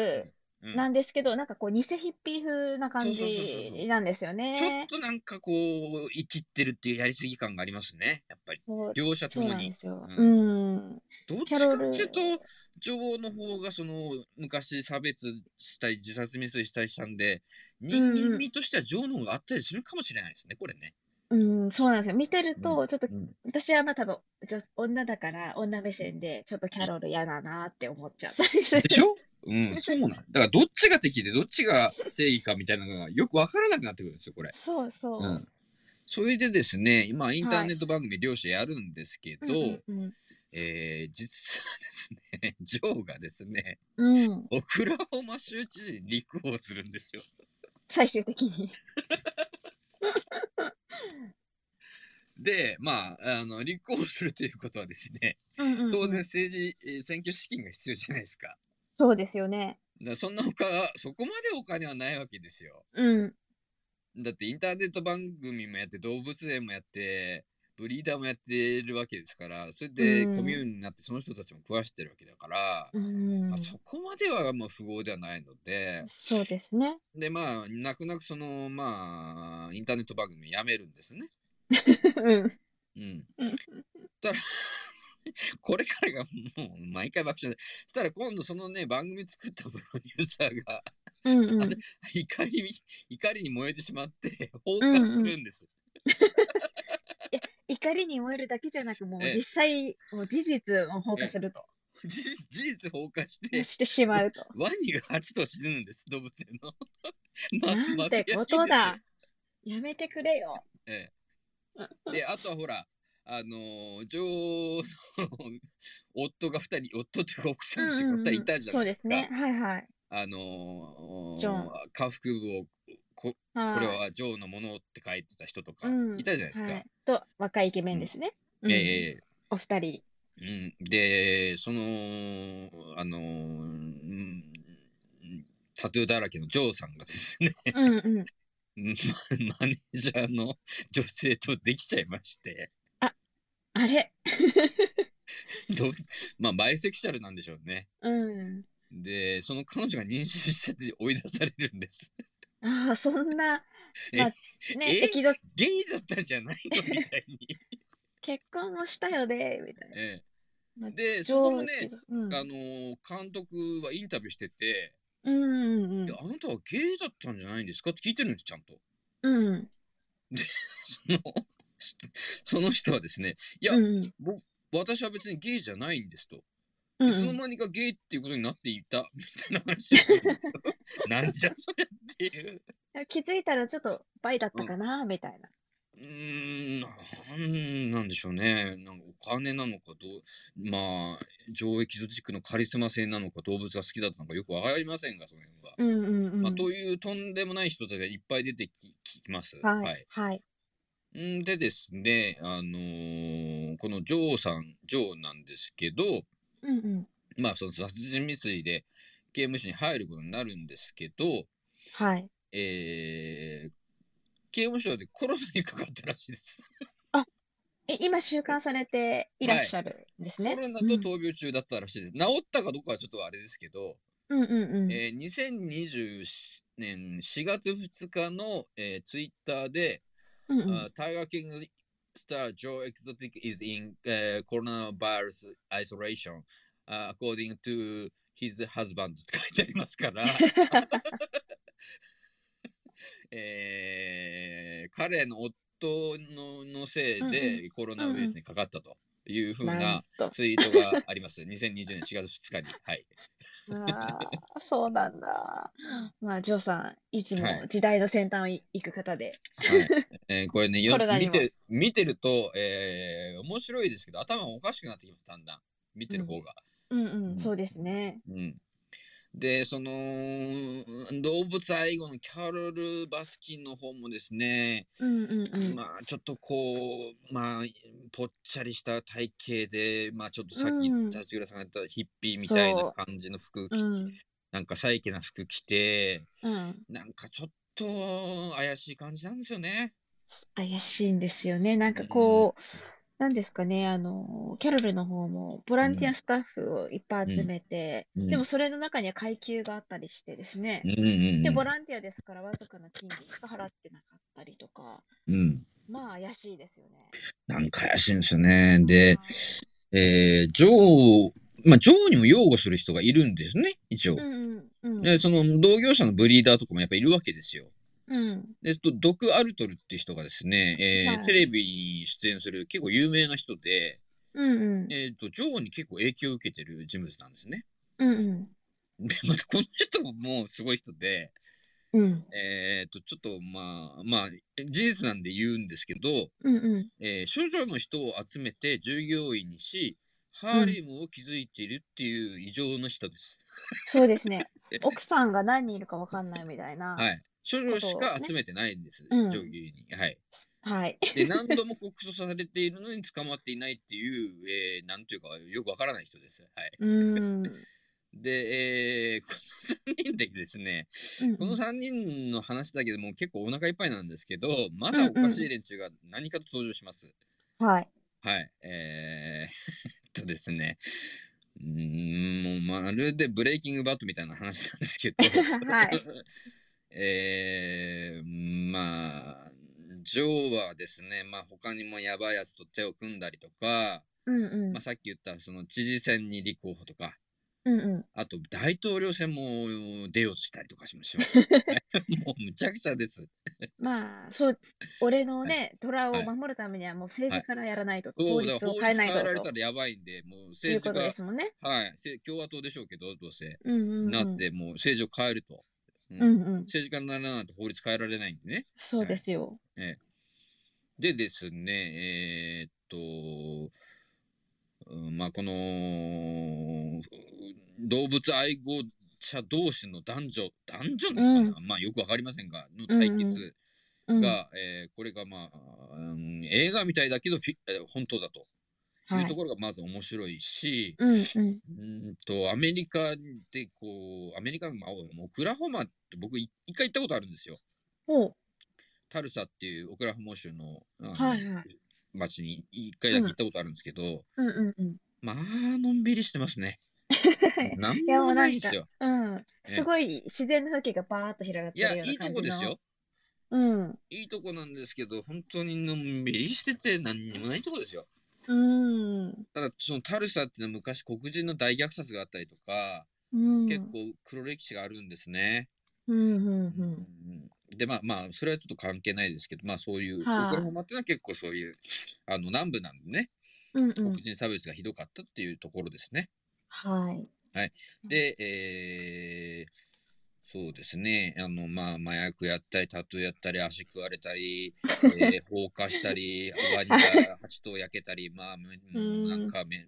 Speaker 2: うん
Speaker 1: なんですけど、なんかこう、偽ヒッピー風な感
Speaker 2: そうそうそうそうそ
Speaker 1: じ
Speaker 2: う
Speaker 1: なんですよ
Speaker 2: ちょっ
Speaker 1: ね。
Speaker 2: となんかこう生きってるっていうやりすぎ感がありますね。やっぱり
Speaker 1: そう
Speaker 2: 両者と
Speaker 1: そう
Speaker 2: も
Speaker 1: なん
Speaker 2: に
Speaker 1: で。すよ。
Speaker 2: う
Speaker 1: うん。
Speaker 2: どっ
Speaker 1: キ
Speaker 2: ち
Speaker 1: ャロ
Speaker 2: か
Speaker 1: ル
Speaker 2: っていうと女王の方がその昔差別したり自殺未遂したりしたんで人間味としては女王の方があったりするかもしれないですねこれね。
Speaker 1: うん、そうなんですよ。見てる
Speaker 2: う
Speaker 1: と、ちょっと
Speaker 2: うん
Speaker 1: 私はまあ多分ちょ女だから女目線でちょっとキャロル嫌だなって思っちゃったりする。
Speaker 2: でしょうん、そうなんだからどっちが敵でどっちが正義かみたいなのがよくわからなくなってくるんですよこれ。
Speaker 1: そうそう。
Speaker 2: うんそれでですね、今、インターネット番組両者やるんですけど、
Speaker 1: うんうん
Speaker 2: えー実はですね、ジョーがですね、
Speaker 1: うん、うん
Speaker 2: オクラホマ州知事に立候補するんですよ。
Speaker 1: 最終的に。
Speaker 2: で、まあ、あの立候補するということはですね、
Speaker 1: うんうんうん
Speaker 2: 当然政治、えー選挙資金が必要じゃないですか。
Speaker 1: そうですよね。
Speaker 2: だからそんなおかそこまでお金はないわけですよ。
Speaker 1: うん。
Speaker 2: だってインターネット番組もやって、動物園もやって、ブリーダーもやってるわけですから、それで
Speaker 1: うん
Speaker 2: コミューンになって、その人たちも食わしてるわけだから、
Speaker 1: うん
Speaker 2: まあ、そこまではまあ不合ではないので、
Speaker 1: そうですね。
Speaker 2: でまあ泣く泣くそのまあインターネット番組やめるんですね。
Speaker 1: うん。
Speaker 2: うん
Speaker 1: うん。
Speaker 2: たら これからがもう毎回爆笑でしたら今度そのね番組作ったプロデューサーが
Speaker 1: うんう
Speaker 2: あ
Speaker 1: ん
Speaker 2: れ。怒りに怒りに燃えてしまって放火するんです。
Speaker 1: 怒りに燃えるだけじゃなく、もう
Speaker 2: ええ
Speaker 1: 実際、もう事実を放火すると。
Speaker 2: 事実事実放火して、
Speaker 1: してしまうと。
Speaker 2: ワニが8頭死ぬんです、動物園の。
Speaker 1: な
Speaker 2: ま
Speaker 1: んてことだ。。やめてくれよ。
Speaker 2: マフィア人ですよで、あとはほら、あのー、女王の夫が2人、夫っていうか奥さんっていうか2人いたじゃ
Speaker 1: そ
Speaker 2: な
Speaker 1: う
Speaker 2: いで
Speaker 1: ですす
Speaker 2: か。
Speaker 1: ね。はいはい。
Speaker 2: あのー、
Speaker 1: ジョン
Speaker 2: 下腹部をこ
Speaker 1: はい
Speaker 2: これは女王のものって書いてた人とか
Speaker 1: うん
Speaker 2: いたじゃないですか。
Speaker 1: はいと、若いイケメンですね。うん
Speaker 2: ええ
Speaker 1: お二 人。
Speaker 2: うん、で、その、あのーうん、タトゥーだらけのジョーさんがですね、
Speaker 1: うんうん。
Speaker 2: うんまマネージャーの女性とできちゃいまして、
Speaker 1: あれ
Speaker 2: どまあ、バイセクシャルなんでしょうね。
Speaker 1: うん。
Speaker 2: で、その彼女が妊娠しちゃって追い出されるんです。
Speaker 1: ああ、そんな、
Speaker 2: え
Speaker 1: まあ、
Speaker 2: え
Speaker 1: ね、適度、
Speaker 2: ゲイだったんじゃないのみたいに。
Speaker 1: 結婚もしたよね、みたい
Speaker 2: え
Speaker 1: な。
Speaker 2: え、で、そこもね、
Speaker 1: 上手うん、
Speaker 2: あのー監督はインタビューしてて、
Speaker 1: うんうん
Speaker 2: であなたはゲイだったんじゃないんですかって聞いてるんです、ちゃんと。
Speaker 1: うん。うん。
Speaker 2: その、その人はですね、いや
Speaker 1: うんうん
Speaker 2: 僕、私は別にゲイじゃないんですと。
Speaker 1: うん
Speaker 2: いつの間にかゲイっていうことになっていたみたいな話をするんですよ。 なんじゃそれっていう。
Speaker 1: うん気づいたらちょっと倍だったかな、みたいな。
Speaker 2: うーん、なんなんでしょうね。なんかお金なのかどう、まあ、上エキゾチックのカリスマ性なのか、動物が好きだったのかよくわかりませんが、その辺は。
Speaker 1: うんうんうん。
Speaker 2: まあ、というとんでもない人たちがいっぱい出てきききます。
Speaker 1: はい。はい。
Speaker 2: んでですね、あのーこのジョーさん、ジョーなんですけど、
Speaker 1: うんうん。
Speaker 2: まあその殺人未遂で刑務所に入ることになるんですけど、
Speaker 1: はい。
Speaker 2: えー、刑務所でコロナにかかったらしいです。
Speaker 1: え、今収監されていらっしゃるん ですね。
Speaker 2: コロナと闘病中だったらしいです。治ったかどうかはちょっとあれですけど、
Speaker 1: うん、うんうんうん。
Speaker 2: えー、2020年4月2日の、えー、ツイッターで、
Speaker 1: うんうん
Speaker 2: あタイガーキングスタージョー・エクゾティック is in、uh, coronavirus isolation、uh, according to his husband って書いてありますから、 えー彼の夫ののせい
Speaker 1: うん
Speaker 2: でコロナウイルスにかかったというふう
Speaker 1: なん
Speaker 2: な
Speaker 1: と。
Speaker 2: ツイートがあります。2020年4月2日に。はい。
Speaker 1: ああ、そうなんだ。まあ、ジョーさん、いつも
Speaker 2: はい
Speaker 1: 時代の先端をい行く方で。
Speaker 2: はいえーこれね、よ
Speaker 1: コロナに
Speaker 2: 見
Speaker 1: も
Speaker 2: て見てると、えー面白いですけど、頭おかしくなってきます、だんだん。見てる方が。
Speaker 1: うん
Speaker 2: う
Speaker 1: うんん、そうですね。
Speaker 2: うん、でその動物愛護のキャロル・バスキンの方もですね、
Speaker 1: うんうんうん。
Speaker 2: まあちょっとこうまあぽっちゃりした体型でまあちょっとさっき
Speaker 1: うん
Speaker 2: 立浦さんが言ったヒッピーみたいな感じの服着、
Speaker 1: うん。
Speaker 2: なんかサイケな服着て
Speaker 1: うん。
Speaker 2: なんかちょっと怪しい感じなんですよね。
Speaker 1: 怪しいんですよね。なんかこう、なんですかね、あの、キャロルの方もボランティアスタッフをいっぱい集めて、
Speaker 2: うん
Speaker 1: でもそれの中には階級があったりしてですね。
Speaker 2: うんうん
Speaker 1: で、
Speaker 2: う
Speaker 1: ボ
Speaker 2: ん
Speaker 1: ランティアですから、わずかな金額しか払ってなかったりとか、
Speaker 2: うん、
Speaker 1: まあ怪しいですよね。
Speaker 2: なんか怪しいんですよね。で、えー、ジョー、まあ、ジョーにも擁護する人がいるんですね、一応。
Speaker 1: うんうんうん
Speaker 2: でその同業者のブリーダーとかもやっぱいるわけですよ。
Speaker 1: うん
Speaker 2: でとドク・アルトルっていう人がですね、え
Speaker 1: は
Speaker 2: ー
Speaker 1: い
Speaker 2: テレビに出演する結構有名な人で、
Speaker 1: うんうん
Speaker 2: えー、とジョーに結構影響を受けてる人物なんですね。
Speaker 1: うんうん
Speaker 2: でまたこの人もすごい人で、
Speaker 1: うん
Speaker 2: えー、とちょっとまあまあ事実なんで言うんですけど、
Speaker 1: うんうん
Speaker 2: えー、処女の人を集めて従業員にしハーレムを築いているっていう異常の人です。
Speaker 1: そうですね。奥さんが何人いるかわかんないみたいな。
Speaker 2: はい、処女しか
Speaker 1: ことをね
Speaker 2: 集めてないんです、
Speaker 1: うん
Speaker 2: 従業員に。はい
Speaker 1: はい。
Speaker 2: で何度も告訴されているのに捕まっていないっていう、えー、なんというかよくわからない人です。はい、
Speaker 1: うーん。
Speaker 2: で、えーこ の3人でですね、この3人の話だけでもう結構お腹いっぱいなんですけど、まだおかしい連中が何かと登場します。
Speaker 1: はい。
Speaker 2: はい、 えー、えっとですね、うーんもうまるでブレイキングバットみたいな話なんですけど、
Speaker 1: はい
Speaker 2: えー、まあ、ジョーはですね、まあ他にもやばいやつと手を組んだりとか、
Speaker 1: うんうん
Speaker 2: まあ、。さっき言ったその知事選に立候補とか、
Speaker 1: うんうん。
Speaker 2: あと、大統領選も出ようとしたりとかしますよ ね。 もうむちゃくちゃです。
Speaker 1: まあ、そう、俺のね、虎
Speaker 2: は
Speaker 1: を
Speaker 2: い
Speaker 1: 守るためにはもう政治からやらないと、
Speaker 2: そ
Speaker 1: 法
Speaker 2: うだ
Speaker 1: 律
Speaker 2: から
Speaker 1: を
Speaker 2: 法律
Speaker 1: 変え
Speaker 2: 変
Speaker 1: ない
Speaker 2: えられ
Speaker 1: と、
Speaker 2: た
Speaker 1: と
Speaker 2: らやばいんで、もう
Speaker 1: いう
Speaker 2: 政治
Speaker 1: ことで
Speaker 2: が、
Speaker 1: すもんね。
Speaker 2: はい、せ共和党でしょうけど、どうせ、
Speaker 1: うんうん
Speaker 2: な
Speaker 1: う
Speaker 2: っ
Speaker 1: ん。
Speaker 2: て、もう政治を変えると。うん
Speaker 1: うんうん。
Speaker 2: 政治家にならないと法律変えられないんでね。
Speaker 1: そうですよ。
Speaker 2: でですね、えーっと、うんまあ、このうん動物愛護者同士の男女、男女なのかな、まあよくわかりませんが、の対決
Speaker 1: う
Speaker 2: が、
Speaker 1: ん。
Speaker 2: えーこれがまあ、うん映画みたいだけどフィ、えー本当だとい
Speaker 1: は
Speaker 2: うと
Speaker 1: い。
Speaker 2: ころがまず面白いし、
Speaker 1: うんうん。
Speaker 2: うーんとアメリカでこう、アメリカの、まあ、オクラホマって僕、い一回行ったことあるんですよ。
Speaker 1: おう。
Speaker 2: タルサっていうオクラホマ州のあの
Speaker 1: はいはい
Speaker 2: 町に一回だけ行ったことあるんですけど、
Speaker 1: うんうんうん。
Speaker 2: まあ、のんびりしてます ね。なん
Speaker 1: いやも
Speaker 2: も
Speaker 1: うな
Speaker 2: な
Speaker 1: ん
Speaker 2: いんです
Speaker 1: か
Speaker 2: よ。、
Speaker 1: うん。
Speaker 2: え
Speaker 1: すごい自然の風景がバーッと広がっ
Speaker 2: い
Speaker 1: て
Speaker 2: や、
Speaker 1: る
Speaker 2: い
Speaker 1: ようない
Speaker 2: と
Speaker 1: 感
Speaker 2: こ
Speaker 1: じ
Speaker 2: です
Speaker 1: の。
Speaker 2: よ。
Speaker 1: うん。
Speaker 2: いいとこなんですけど、本当にのんびりしてて、何にもないとこですよ。
Speaker 1: うん。
Speaker 2: ただ、そのタルサっていうのは昔黒人の大虐殺があったりとか、
Speaker 1: うん。
Speaker 2: 結構黒歴史があるんですね。
Speaker 1: うんうんう
Speaker 2: うん
Speaker 1: ん。
Speaker 2: でまあまあそれはちょっと関係ないですけどまあそういうオク
Speaker 1: はい
Speaker 2: ラホマっていうのは結構そういうあの南部なんでね
Speaker 1: うんう
Speaker 2: 黒
Speaker 1: ん。
Speaker 2: 人差別がひどかったっていうところですね。
Speaker 1: はい。
Speaker 2: で、えーそうですねあのまあ麻薬やったりタトゥーやったり足食われたり、 えー放火したりワニが蜂と焼けたりまあめもうなんかめう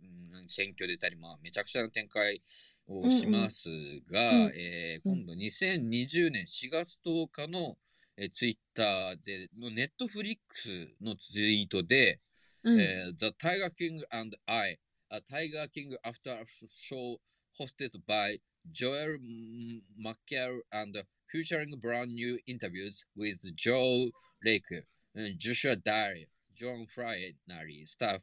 Speaker 2: ん選挙出たりまあめちゃくちゃな展開をしますが、
Speaker 1: うんうん
Speaker 2: えー今度2020年4月10日の、えツイッター Twitter でのネットフリックスのツイートで、
Speaker 1: うん。
Speaker 2: えー The Tiger King and I, a Tiger King after show hosted by Joel M- McHale and featuring brand new interviews with Joe Lake, uh, Joshua Dyer, John Flannery, staff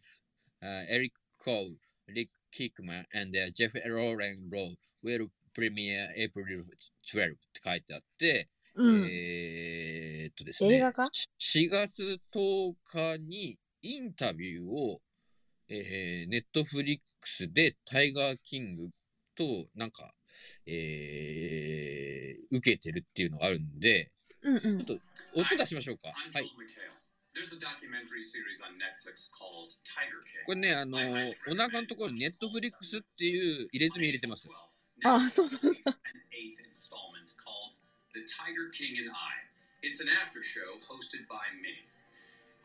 Speaker 2: uh, Eric Cole, Rick Kickman, and uh, Jeff Lauren Rowe will premiere April 12って書いてあって、
Speaker 1: うん。
Speaker 2: えーっとですね、
Speaker 1: 映画化
Speaker 2: し ?4 月10日にインタビューを、えー、ネットフリックスでタイガーキングとなんか、えー、受けてるっていうのがあるんで、
Speaker 1: うんうん。
Speaker 2: 音出しましょうか。
Speaker 3: I'm
Speaker 2: はい
Speaker 3: Joel。McHale. There's a documentary series on Netflix called Tiger King.
Speaker 2: これね、あのーお腹のところにネットフリックスっていう入れ墨入れてます。
Speaker 1: あそうなんだ
Speaker 3: An eighth installment called The Tiger King and I. It's an after show hosted by me.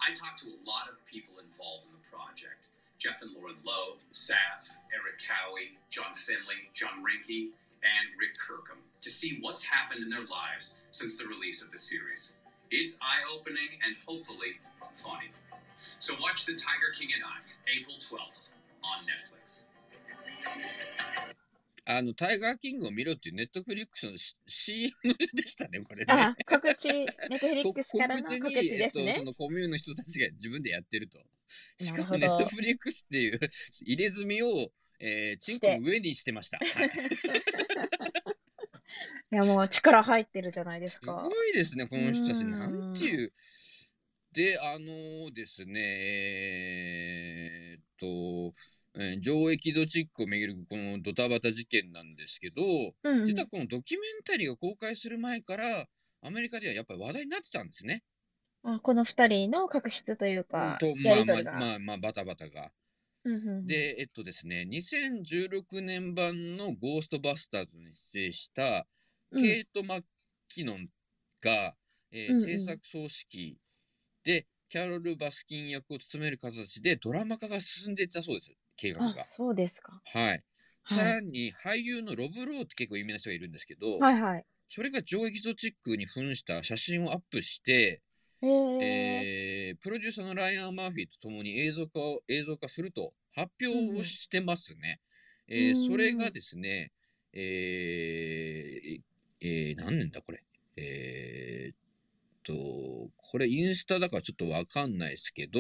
Speaker 3: I talked to a lot of people involved in the project. Jeff and Lauren Lowe, Saf, Eric Cowie, John Finley, John Rinke, and Rick Kirkham to see what's happened in their lives since the release of the series. It's eye-opening and hopefully funny. So watch The Tiger King and I, April 12th on Netflix.
Speaker 2: あの、タイガーキングを見ろっていうネットフリックスの C- CM でしたね、これね
Speaker 1: あ。、告知、ネットフリッ
Speaker 2: こ
Speaker 1: クスからの
Speaker 2: 告知
Speaker 1: 告
Speaker 2: に、
Speaker 1: 知
Speaker 2: え
Speaker 1: で
Speaker 2: っと
Speaker 1: す、
Speaker 2: そ
Speaker 1: ね。
Speaker 2: のコミューンの人たちが自分でやってると。しか
Speaker 1: なる
Speaker 2: も
Speaker 1: ほど
Speaker 2: ネットフリックスっていう 入れ墨を、えー、チンコの上にしてました。はい
Speaker 1: いやもう力入ってるじゃないです
Speaker 2: すご
Speaker 1: か。
Speaker 2: いですね、この人たち。
Speaker 1: うん
Speaker 2: なんていう。で、あのですね、えーっと、えー上駅土地区を巡るこのドタバタ事件なんですけど、
Speaker 1: うんうん。
Speaker 2: 実はこのドキュメンタリーが公開する前から、アメリカではやっぱり話題になってたんですね。
Speaker 1: あ、この二人の確執というか、
Speaker 2: と
Speaker 1: や
Speaker 2: まあ
Speaker 1: りと
Speaker 2: ま
Speaker 1: り
Speaker 2: あ
Speaker 1: が。
Speaker 2: まあまあバタバタが。
Speaker 1: うんうんうん、
Speaker 2: で、えっとですね、2016年版のゴーストバスターズに出演した
Speaker 1: うん
Speaker 2: ケイト・マッキノンが、えー
Speaker 1: うんうん
Speaker 2: 制作総指揮でキャロル・バスキン役を務める形でドラマ化が進んでいったそうです、計画
Speaker 1: あ、
Speaker 2: が。
Speaker 1: そうですか。
Speaker 2: はい。
Speaker 1: はい
Speaker 2: さらに俳優のロブ・ローって結構有名な人がいるんですけど、
Speaker 1: はいはい。
Speaker 2: それが上エキゾチックに扮した写真をアップして、
Speaker 1: えー、
Speaker 2: えープロデューサーのライアン・マーフィーと共に映像化を映像化すると発表をしてますね。
Speaker 1: ん
Speaker 2: えー
Speaker 1: うん
Speaker 2: それがですね、えーえー何年だこれ。えーっと、これインスタだからちょっとわかんないですけど、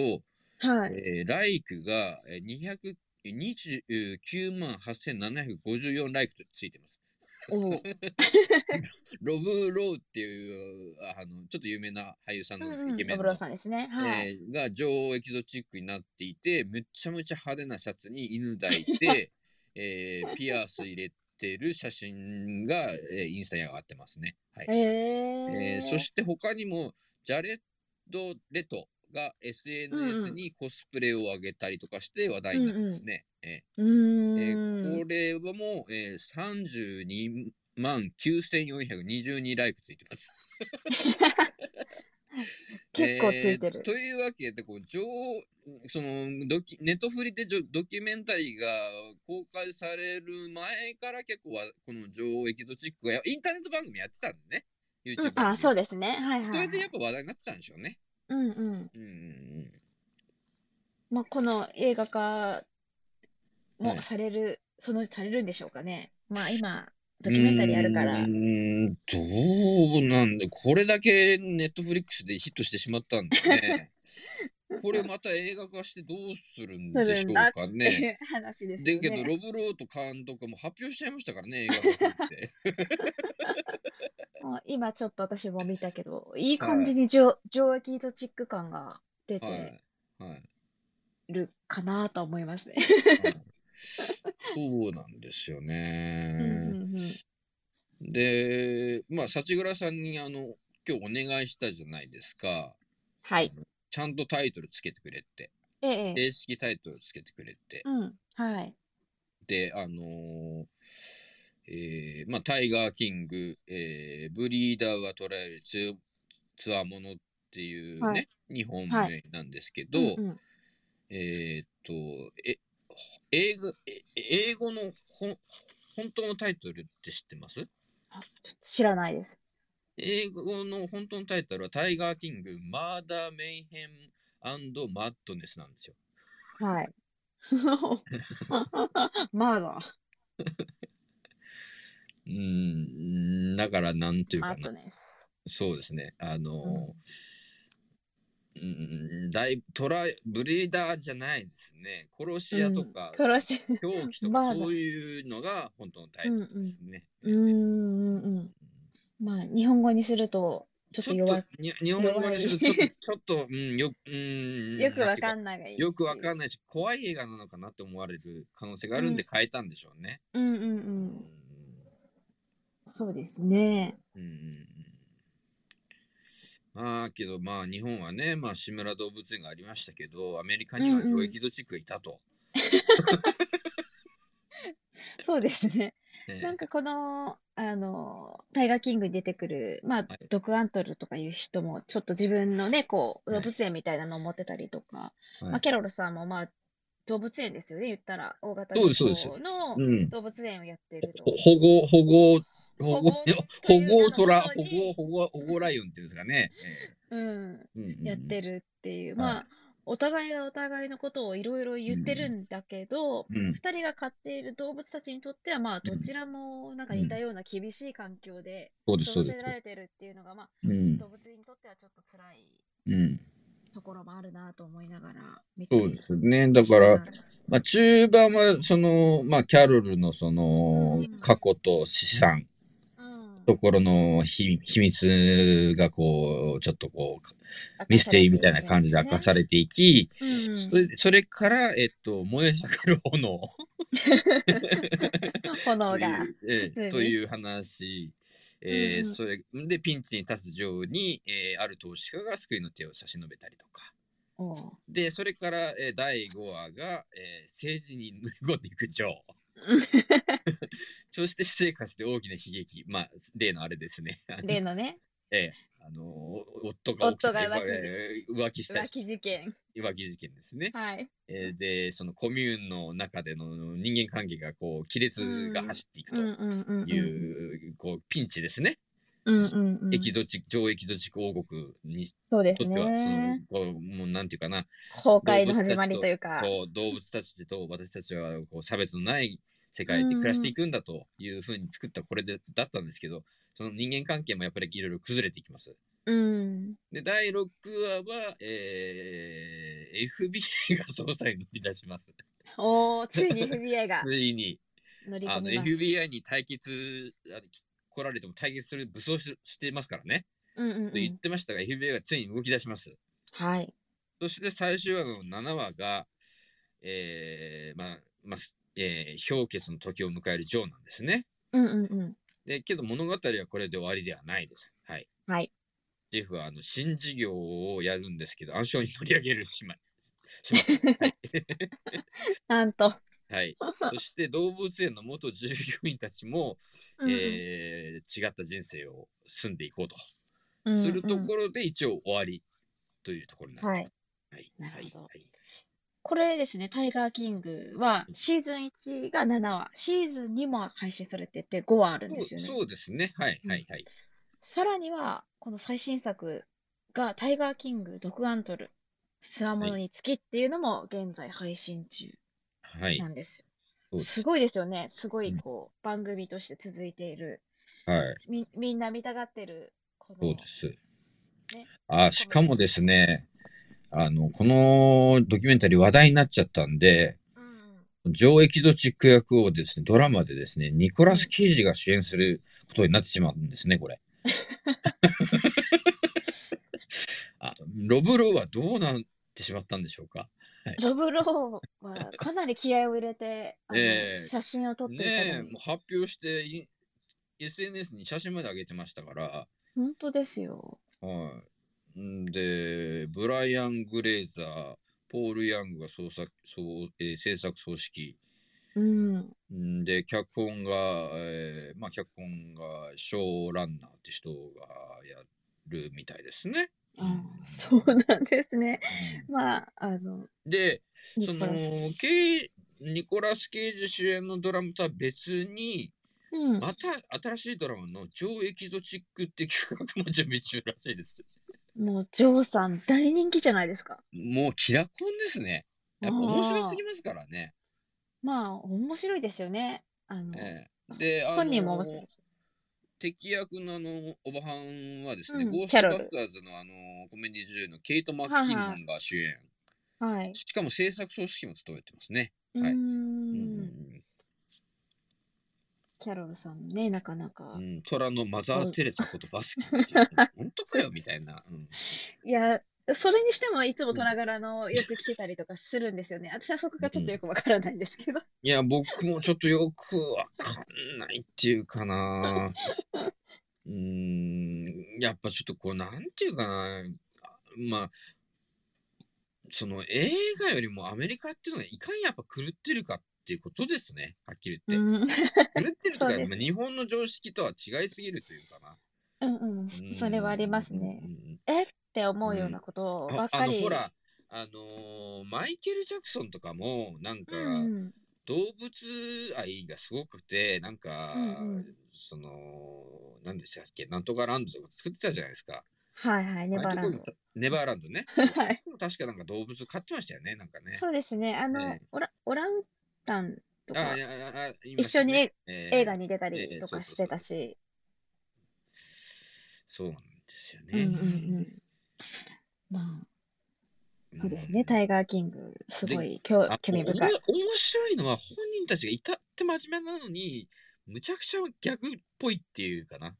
Speaker 1: はい。
Speaker 2: えーライクがえー229万8754ライクとついてます。
Speaker 1: おう
Speaker 2: ロブ・ローっていうあのちょっと有名な俳優さん
Speaker 1: う
Speaker 2: なん
Speaker 1: ん
Speaker 2: ですけ
Speaker 1: う
Speaker 2: ど、
Speaker 1: ん、
Speaker 2: イケメン
Speaker 1: ロブ
Speaker 2: の
Speaker 1: ローさんですね。はい。
Speaker 2: え ーが女王エキゾチックになっていてむっちゃむちゃ派手なシャツに犬抱いて、えーピアス入れてる写真が、えーインスタに上がってますね。はい
Speaker 1: え
Speaker 2: えー
Speaker 1: え
Speaker 2: そして他にもジャレッド・レトが
Speaker 1: うんう
Speaker 2: SNS
Speaker 1: ん
Speaker 2: にコスプレを上げたりとかして話題になってますね。え
Speaker 1: う
Speaker 2: ー
Speaker 1: ー
Speaker 2: えー
Speaker 1: ん
Speaker 2: これはもう、えー、32万9422ライクついてます。
Speaker 1: 結構ついて
Speaker 2: え
Speaker 1: る
Speaker 2: ー。というわけでこう情そのドキネットフリでジョドキュメンタリーが公開される前から結構はこの女王エキゾチックがインターネット番組やってたんでね YouTube
Speaker 1: うん、あ、そう
Speaker 2: で
Speaker 1: ですね。はいはいは
Speaker 2: それ
Speaker 1: い。
Speaker 2: でやっぱ話題になってたんでしょうね。
Speaker 1: うんうん。
Speaker 2: うんうんうん
Speaker 1: まあ、この映画化
Speaker 2: は
Speaker 1: も
Speaker 2: い
Speaker 1: される、そのうちされるんでしょうかね。まあ今、ドキュメンタリーあるから
Speaker 2: う。ーんどうなんだこれだけネットフリックスでヒットしてしまったんで ねこれまた映画化してどうするんでしょうか
Speaker 1: って
Speaker 2: ね。
Speaker 1: いう 話です
Speaker 2: だ
Speaker 1: よ
Speaker 2: けど、
Speaker 1: ね。
Speaker 2: ロブローと監督も発表しちゃいましたからね、映画館 って。
Speaker 1: もう今ちょっと私も見たけど、いい感じに上、上エキゾチック感が出
Speaker 2: はい
Speaker 1: て。
Speaker 2: はい。
Speaker 1: るかなとは思いますね。
Speaker 2: そうなんですよね。
Speaker 1: うんうんうん
Speaker 2: で、まあ、幸倉さんに、あの、今日お願いしたじゃないですか。
Speaker 1: はい。
Speaker 2: ちゃんとタイトルつけてくれって。
Speaker 1: ええ。
Speaker 2: 正式タイトルつけてくれって。
Speaker 1: うん。はい。
Speaker 2: で、あのーえーまあ、タイガーキング、えーブリーダーは捉えるつつわものっていう
Speaker 1: は
Speaker 2: ね
Speaker 1: い、
Speaker 2: 二本
Speaker 1: は
Speaker 2: 目なんですけど、
Speaker 1: うんうん
Speaker 2: えーっと、え、英語、え英語の本本当のタイトルって知ってます
Speaker 1: あちょっと知らないです。
Speaker 2: 英語の本当のタイトルはタイガーキング、マーダー、メイヘン、アンド、マッドネスなんですよ。
Speaker 1: はい。 まあだ。
Speaker 2: うーん、だからなんていう
Speaker 1: あ
Speaker 2: かな
Speaker 1: と。です。
Speaker 2: そうですね。あのー、うーん、だいトライ、ブリーダーじゃないですね。殺し屋とか、
Speaker 1: 殺し。
Speaker 2: 狂気と
Speaker 1: ま
Speaker 2: か、
Speaker 1: あ
Speaker 2: そういうのが本当のタイトルですね。
Speaker 1: うーんうんうん。まあ、日本語にすると、ちょっと弱
Speaker 2: ちょっとに日本語にするとちょっと
Speaker 1: 弱い
Speaker 2: ちょっと、うん、よう ん
Speaker 1: よくわか
Speaker 2: ん
Speaker 1: んない。
Speaker 2: よくわか
Speaker 1: ん
Speaker 2: んないし怖い映画なのかなって思われる可能性があるんで変えたんでしょうね。
Speaker 1: うんうんう
Speaker 2: うん
Speaker 1: ん。そうですね。
Speaker 2: うんうんまあけどまあ日本はね、まあ、志村動物園がありましたけどアメリカには
Speaker 1: うんうん
Speaker 2: 上エキゾチックがいたと。
Speaker 1: そうですね。
Speaker 2: ね
Speaker 1: なんかこの、あの、タイガーキングに出てくる、まあ
Speaker 2: はい、
Speaker 1: ドクアントルとかいう人も、ちょっと自分のね、こう、
Speaker 2: は
Speaker 1: 動
Speaker 2: い
Speaker 1: 物園みたいなのを持ってたりとか、
Speaker 2: はい
Speaker 1: まあ、キャロルさんも、まあ、動物園ですよね、言ったら、大型
Speaker 2: そうですそうです
Speaker 1: 旅行の
Speaker 2: うん、
Speaker 1: 動物園をやってると。
Speaker 2: 保護保護保
Speaker 1: 保
Speaker 2: 護
Speaker 1: 護
Speaker 2: いや保護トラ
Speaker 1: と
Speaker 2: 保
Speaker 1: いう
Speaker 2: 護保護保護ライオンっていうんですかね。え
Speaker 1: うん。
Speaker 2: えうんうん
Speaker 1: やってるっていう、
Speaker 2: ん
Speaker 1: まあ、
Speaker 2: はい
Speaker 1: お互いがお互いのことをいろいろ言ってるんだけど、
Speaker 2: うん
Speaker 1: 二人が飼っている動物たちにとっては、まあ、
Speaker 2: うん
Speaker 1: どちらもなんか似たような厳しい環境で
Speaker 2: そうですそう
Speaker 1: 育
Speaker 2: で
Speaker 1: て
Speaker 2: す
Speaker 1: ら。れてるっていうのが、まあ、
Speaker 2: うん
Speaker 1: 動物にとってはちょっと辛い
Speaker 2: うん、
Speaker 1: ところもあるなと思いながら見て
Speaker 2: そうですねだから。まあ、中盤はその、まあ、キャロルのその
Speaker 1: うん
Speaker 2: 過去と資産
Speaker 1: うん、
Speaker 2: ところのひ秘密がこうちょっとこうミステリーみたいな感じで明かされていき、
Speaker 1: れてるん
Speaker 2: そ
Speaker 1: ですね、
Speaker 2: れそれから、えっと、燃え盛る炎
Speaker 1: うんうん、炎
Speaker 2: とい
Speaker 1: が。
Speaker 2: う,、え
Speaker 1: 普通に
Speaker 2: えという話、
Speaker 1: う
Speaker 2: えー
Speaker 1: んうん
Speaker 2: それでピンチに立つ女王に、えーある投資家が救いの手を差し伸べたりとか。
Speaker 1: おう
Speaker 2: で、それから、えー第5話が、えー政治に乗り込んでいく女 王。そして私生活で大きな悲劇、まあ、例のあれですね。あの
Speaker 1: 例のね、
Speaker 2: ええあのお夫が
Speaker 1: 夫が
Speaker 2: 奥さん
Speaker 1: 浮気
Speaker 2: ええ浮気した
Speaker 1: 浮気事件。
Speaker 2: 浮気事件ですね。
Speaker 1: はい。
Speaker 2: ええで、そのコミューンの中での人間関係がこう亀裂が走っていく
Speaker 1: うん
Speaker 2: と
Speaker 1: うんうんうん。
Speaker 2: いう,、こうピンチですね。
Speaker 1: うんうんうん
Speaker 2: エキゾチック上エキゾチック王国に
Speaker 1: そうで
Speaker 2: と
Speaker 1: す
Speaker 2: っては、その
Speaker 1: ね。
Speaker 2: こうもうなんていうかな
Speaker 1: 崩壊
Speaker 2: 動
Speaker 1: の
Speaker 2: 物たち
Speaker 1: 始まりというか。
Speaker 2: そう動物たちと私たちはこう差別のない世界で暮らしていくんだというふうに作ったこれでだったんですけどその人間関係もやっぱりいろいろ崩れていきます。
Speaker 1: うん。
Speaker 2: で第6話は、えー FBI が捜査に乗り出します。
Speaker 1: おお、ついに FBI が
Speaker 2: ついに
Speaker 1: 乗り
Speaker 2: あ
Speaker 1: 込
Speaker 2: の
Speaker 1: みます。
Speaker 2: FBI に対決あのき来られても対決する武装ししていますからね。
Speaker 1: うんうん
Speaker 2: と
Speaker 1: う
Speaker 2: 言っ
Speaker 1: ん。
Speaker 2: てましたが FBI がついに動き出します。
Speaker 1: はい。
Speaker 2: そして最終話の7話が、えーまあまあ、すえー氷結の時を迎えるジョーなんですね。
Speaker 1: うんうんうん。
Speaker 2: で、けど物語はこれで終わりではないです。はい。
Speaker 1: はい。
Speaker 2: ジェフはあの新事業をやるんですけど、暗礁に乗り上げるしま、します。 はい
Speaker 1: なんと。
Speaker 2: はい。そして動物園の元従業員たちも、
Speaker 1: うんうん
Speaker 2: えー違った人生を住んでいこうと。
Speaker 1: うんうん
Speaker 2: するところで一応終わりというところになって
Speaker 1: は
Speaker 2: ます。
Speaker 1: い
Speaker 2: は。
Speaker 1: ないるほど
Speaker 2: はい。
Speaker 1: これですね、タイガーキングはシーズン1が7話、シーズン2も配信されてて5話あるんです
Speaker 2: そ
Speaker 1: よ
Speaker 2: う
Speaker 1: ね。
Speaker 2: そうですね。はい。
Speaker 1: うん
Speaker 2: はい。はい。
Speaker 1: さらには、この最新作がタイガーキング独眼取る、つわものにつきっていうのも現在配信中
Speaker 2: はい。
Speaker 1: なんですよ。
Speaker 2: そうです
Speaker 1: すごいですよね。すご
Speaker 2: う
Speaker 1: い
Speaker 2: ん
Speaker 1: こう番組として続いている、
Speaker 2: はい。
Speaker 1: みみんな見たがってる、こ
Speaker 2: そう
Speaker 1: の
Speaker 2: です。あ、しかもですね、あの、このドキュメンタリー話題になっちゃったんで、
Speaker 1: うんうん
Speaker 2: 上エキゾチック役をですね、ドラマでですね、ニコラス・ケイジが主演することになってしまうんですね、これ。 あロブローはどうなってしまったんでしょうか
Speaker 1: ロブローはかなり気合を入れて、あの
Speaker 2: ええ
Speaker 1: 写真を撮っていた
Speaker 2: ねえ、
Speaker 1: の
Speaker 2: もう
Speaker 1: に、
Speaker 2: 発表してイン、SNS に写真まで上げてましたから、
Speaker 1: 本当ですよ。
Speaker 2: はい。んで、ブライアン・グレイザー、ポール・ヤングが創作そう、えー制作総指
Speaker 1: うん。
Speaker 2: 揮。んで、脚本が、えーまあ、脚本がショーランナーって人がやるみたいですね。
Speaker 1: あそうなんですね。まあ、あの、
Speaker 2: で、
Speaker 1: 日
Speaker 2: その
Speaker 1: 本、
Speaker 2: ケイニコラス・ケイジ主演のドラマとは別に、
Speaker 1: うん、
Speaker 2: また新しいドラマの超エキゾチックって企画も準備中らしいです。
Speaker 1: もう、ジョーさん、大人気じゃないですか。
Speaker 2: もうキラコンですね。やっぱ面白すぎ
Speaker 1: あー
Speaker 2: ますからね。
Speaker 1: まあ、面白いですよね。あの、
Speaker 2: ええで、あ
Speaker 1: 本人も
Speaker 2: の
Speaker 1: 面白い。
Speaker 2: 敵役のあのおばはんはですね、
Speaker 1: うん
Speaker 2: ゴース
Speaker 1: キャ
Speaker 2: ト
Speaker 1: ロ
Speaker 2: バ
Speaker 1: ル
Speaker 2: スターズのあのコメディ女優のケイト・マッキンノンが主演。
Speaker 1: はい。
Speaker 2: しかも制作組織も務めてますね。
Speaker 1: うー
Speaker 2: はい
Speaker 1: ん、キャロルさんね、なかなか
Speaker 2: う。ん、虎のマザー・テレサことバスキンっていう、本当かよみたいな。うん
Speaker 1: いや、それにしても、いつも虎柄のよく着てたりとかするんですよね。私はそこがちょっとよくわからないんですけど。
Speaker 2: いや、僕もちょっとよくわかんないっていうかな。 うーん、やっぱちょっとこう、なんていうかな。まあ、その映画よりもアメリカっていうのがいかにやっぱ狂ってるかっていうことですね。はっきり
Speaker 1: う
Speaker 2: 言
Speaker 1: ん、
Speaker 2: って。狂ってると
Speaker 1: そう
Speaker 2: か、
Speaker 1: です
Speaker 2: まあ日本の常識とは違いすぎるというかな。
Speaker 1: うん、
Speaker 2: う
Speaker 1: うん。
Speaker 2: ん
Speaker 1: それはありますね。
Speaker 2: う
Speaker 1: っ
Speaker 2: んうん
Speaker 1: て思うようなこと
Speaker 2: うん
Speaker 1: ば
Speaker 2: あ
Speaker 1: っ
Speaker 2: あ
Speaker 1: か
Speaker 2: の、
Speaker 1: り。
Speaker 2: ほら、あのーマイケル・ジャクソンとかも、なんか、
Speaker 1: うんうん、
Speaker 2: 動物愛がすごくてなんか、
Speaker 1: うんうん
Speaker 2: その何でしたっけなんとかランドとか作ってたじゃないですか
Speaker 1: はいはい、ネ
Speaker 2: ああいう
Speaker 1: バー
Speaker 2: とこ
Speaker 1: ラン
Speaker 2: も
Speaker 1: ド。
Speaker 2: ネバーランドね
Speaker 1: はい。
Speaker 2: でも確かなんか動物飼ってましたよねなんかね
Speaker 1: そうですね。あの
Speaker 2: ええ、
Speaker 1: オラオランウータンとか
Speaker 2: あいやああ言いま
Speaker 1: 一
Speaker 2: した
Speaker 1: 緒に
Speaker 2: ね
Speaker 1: え映画
Speaker 2: に
Speaker 1: に出た
Speaker 2: ええ
Speaker 1: りと
Speaker 2: そう
Speaker 1: か
Speaker 2: そう
Speaker 1: してたし、
Speaker 2: そうなんですよ
Speaker 1: うん
Speaker 2: ね、
Speaker 1: うんうん。まあ、
Speaker 2: ん
Speaker 1: そうですね。タイガーキング、すごい興
Speaker 2: あ
Speaker 1: 興味深い
Speaker 2: おも。面白いのは本人たちがいたって真面目なのにむちゃくちゃ逆っぽいっていうかな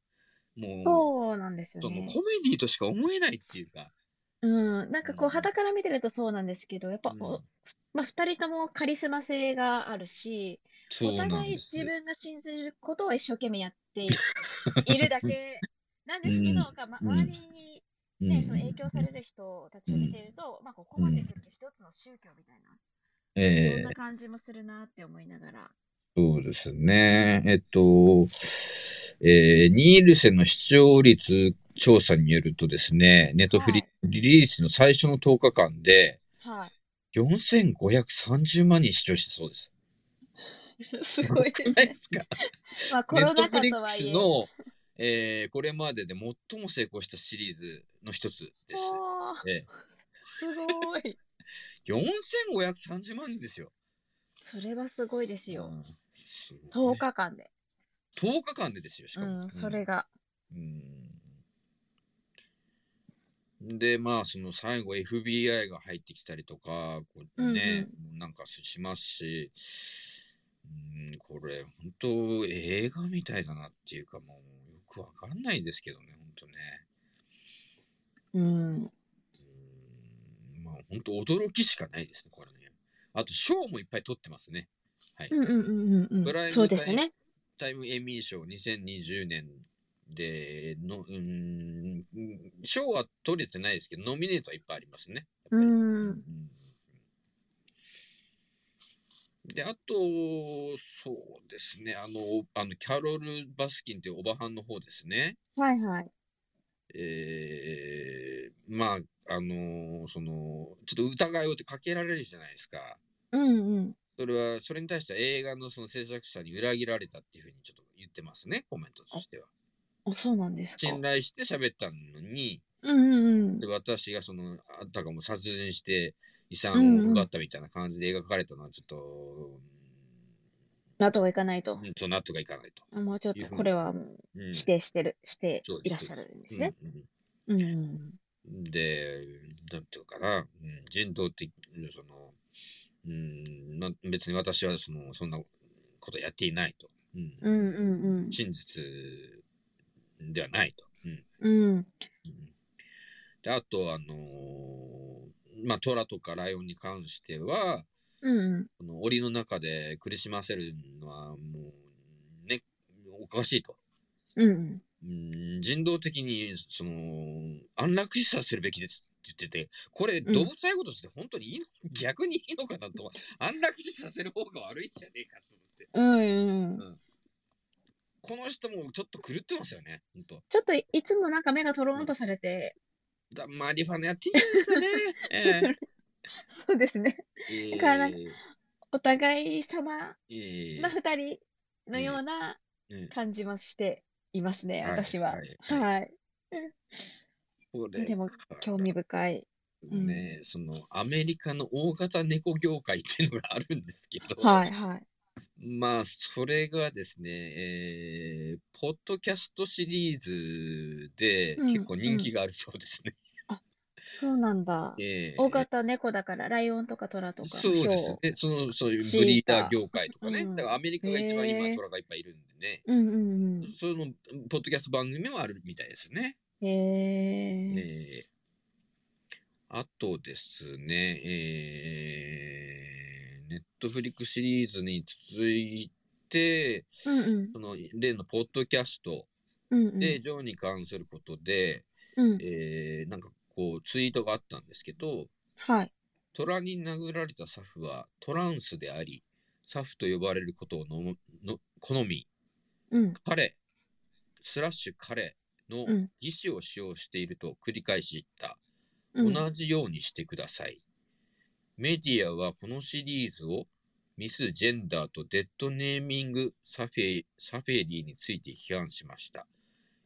Speaker 2: も
Speaker 1: そうなんです
Speaker 2: う
Speaker 1: よ
Speaker 2: そのコメ
Speaker 1: ね。
Speaker 2: ディとしか思えないっていうか、
Speaker 1: うん、なんかこう、
Speaker 2: うん
Speaker 1: 傍から見てるとそうなんですけど、やっぱ、
Speaker 2: うん
Speaker 1: おまあ、二人ともカリスマ性があるし、
Speaker 2: そ
Speaker 1: お
Speaker 2: うなん
Speaker 1: 互い
Speaker 2: です
Speaker 1: 自分が信じることを一生懸命やっていいるだけなんですけど、
Speaker 2: う
Speaker 1: がま
Speaker 2: うん
Speaker 1: 周りに
Speaker 2: う
Speaker 1: ね、
Speaker 2: ん
Speaker 1: その影響される人たちを見ていると、まあ、ここまで来ると一つの宗教みたいな、そん
Speaker 2: ええ
Speaker 1: な感じもするなって思いながら。
Speaker 2: そうですね。えっと、えーニールセンの視聴率調査によるとですね、ネットフリ,、
Speaker 1: はい
Speaker 2: リリースの最初の10日間で
Speaker 1: はい。
Speaker 2: 4530万人視聴したそ うで
Speaker 1: す
Speaker 2: す。
Speaker 1: ご いです
Speaker 2: な
Speaker 1: ね
Speaker 2: いで。すか
Speaker 1: まあ、コ
Speaker 2: ネ
Speaker 1: ロ
Speaker 2: ット
Speaker 1: ナ
Speaker 2: フ
Speaker 1: 禍
Speaker 2: リ
Speaker 1: と
Speaker 2: ック
Speaker 1: は
Speaker 2: ス
Speaker 1: いえ。
Speaker 2: の、えーこれまでで最も成功したシリーズの一つです。
Speaker 1: おー
Speaker 2: え
Speaker 1: すごい。
Speaker 2: 4530万人ですよ。
Speaker 1: それはすごいです
Speaker 2: う
Speaker 1: よ。
Speaker 2: んすごい
Speaker 1: 10日間で。
Speaker 2: 10日間でですよ、しか
Speaker 1: う
Speaker 2: も。
Speaker 1: ん、それが。
Speaker 2: うんでまあその最後 FBI が入ってきたりとかこうね、なんかしますし、うん、これ本当映画みたいだなっていうかもうよくわかんないですけどね本当
Speaker 1: うん。
Speaker 2: ね、うん、まあ本当驚きしかないですねこれねあと賞もいっぱい取ってますねはい。
Speaker 1: うんうんうんうん
Speaker 2: ブラ
Speaker 1: うん。
Speaker 2: イム
Speaker 1: そうですね。
Speaker 2: タイムエミー賞2020年での、うーん、賞は取れてないですけど、ノミネートはいっぱいありますね。や
Speaker 1: う
Speaker 2: っぱり
Speaker 1: ん。
Speaker 2: で、あと、そうですね、あの、あのキャロル・バスキンというおばはんの方ですね。
Speaker 1: はいはい。
Speaker 2: えー、まあ、あの、その、ちょっと疑いをかけられるじゃないですか。
Speaker 1: うんうん。
Speaker 2: それは、それに対しては映画のその制作者に裏切られたっていうふうにちょっと言ってますね、コメントとしては。
Speaker 1: あ、そうなんですか。
Speaker 2: 信頼して喋ったのに、
Speaker 1: うんうんうん
Speaker 2: で。私がそのあたかも殺人して遺産を奪ったみたいな感じで描かれたのはちょっと、
Speaker 1: あとはいかないと
Speaker 2: う。ん、そう納得がいかないと。
Speaker 1: もうちょっ
Speaker 2: いうふう
Speaker 1: と
Speaker 2: に
Speaker 1: これはもう
Speaker 2: うん、
Speaker 1: 否定してる、して
Speaker 2: そう
Speaker 1: い
Speaker 2: で
Speaker 1: らっ
Speaker 2: す
Speaker 1: しゃるんです
Speaker 2: そう
Speaker 1: ね。
Speaker 2: ですうん
Speaker 1: うんうん
Speaker 2: うんで、なんていうかな、うん、人道的、その、うん、な別に私はそのそんなことやっていないと。うん
Speaker 1: うん。うんうん
Speaker 2: 真実ではないと。うん
Speaker 1: うん。うん。
Speaker 2: うんであと、あのーまあ、虎とかライオンに関しては、
Speaker 1: うんうん。
Speaker 2: この檻の中で苦しませるのはもうねおかしいと。
Speaker 1: うんうん。
Speaker 2: うん人道的にその安楽死させるべきですって言っててこれ
Speaker 1: うん
Speaker 2: 動物愛護として本当にいいの、 逆にいいのかなと安楽死させる方が悪いんじゃねえかと思って
Speaker 1: うんうん。
Speaker 2: この人もちょっと狂ってますよね本当
Speaker 1: ちょっといいつもなんか目がとろんとされて、
Speaker 2: だマリファナやってんじゃないですかね
Speaker 1: そうですね。
Speaker 2: え ええ
Speaker 1: からお互い様
Speaker 2: ええ
Speaker 1: な二人のような
Speaker 2: ええ
Speaker 1: 感じもしていますね、
Speaker 2: はい
Speaker 1: 私は。
Speaker 2: はい
Speaker 1: はい。
Speaker 2: これ
Speaker 1: でも興味深い。うん
Speaker 2: ね、そのアメリカの大型猫業界っていうのがあるんですけど、
Speaker 1: はいはい。
Speaker 2: まあそれがですね、えーポッドキャストシリーズで
Speaker 1: うん
Speaker 2: 結構人気があるそうですね。
Speaker 1: そうなんだ。
Speaker 2: えー
Speaker 1: 大型猫だから、ライオンとかトラとか。
Speaker 2: そうです
Speaker 1: ヒョウ
Speaker 2: ね、そのそういう
Speaker 1: チーター
Speaker 2: ブリーダー業界とかね、
Speaker 1: うん
Speaker 2: だからアメリカが一番
Speaker 1: へ
Speaker 2: 今、
Speaker 1: ー
Speaker 2: トラがいっぱいいるんでね、
Speaker 1: うんうん
Speaker 2: そのポッドキャスト番組もあるみたいですね。
Speaker 1: うん。へえ。
Speaker 2: えーあとですね、えー、ネットフリックスシリーズに続いて、
Speaker 1: うんうん
Speaker 2: その例のポッドキャスト
Speaker 1: うんうん。
Speaker 2: で、ジョーに関することで、
Speaker 1: うん。
Speaker 2: えーなんかこう、ツイートがあったんですけど、
Speaker 1: はい。
Speaker 2: 虎に殴られたサフはトランスであり、サフと呼ばれることをのむの好み、
Speaker 1: うん。
Speaker 2: 彼、スラッシュ彼の
Speaker 1: うん
Speaker 2: 義手を使用していると繰り返し言っ
Speaker 1: う
Speaker 2: た。
Speaker 1: ん
Speaker 2: 同じようにしてください。メディアはこのシリーズをミス・ジェンダーとデッドネーミングサフェサフェリーについて批判しました。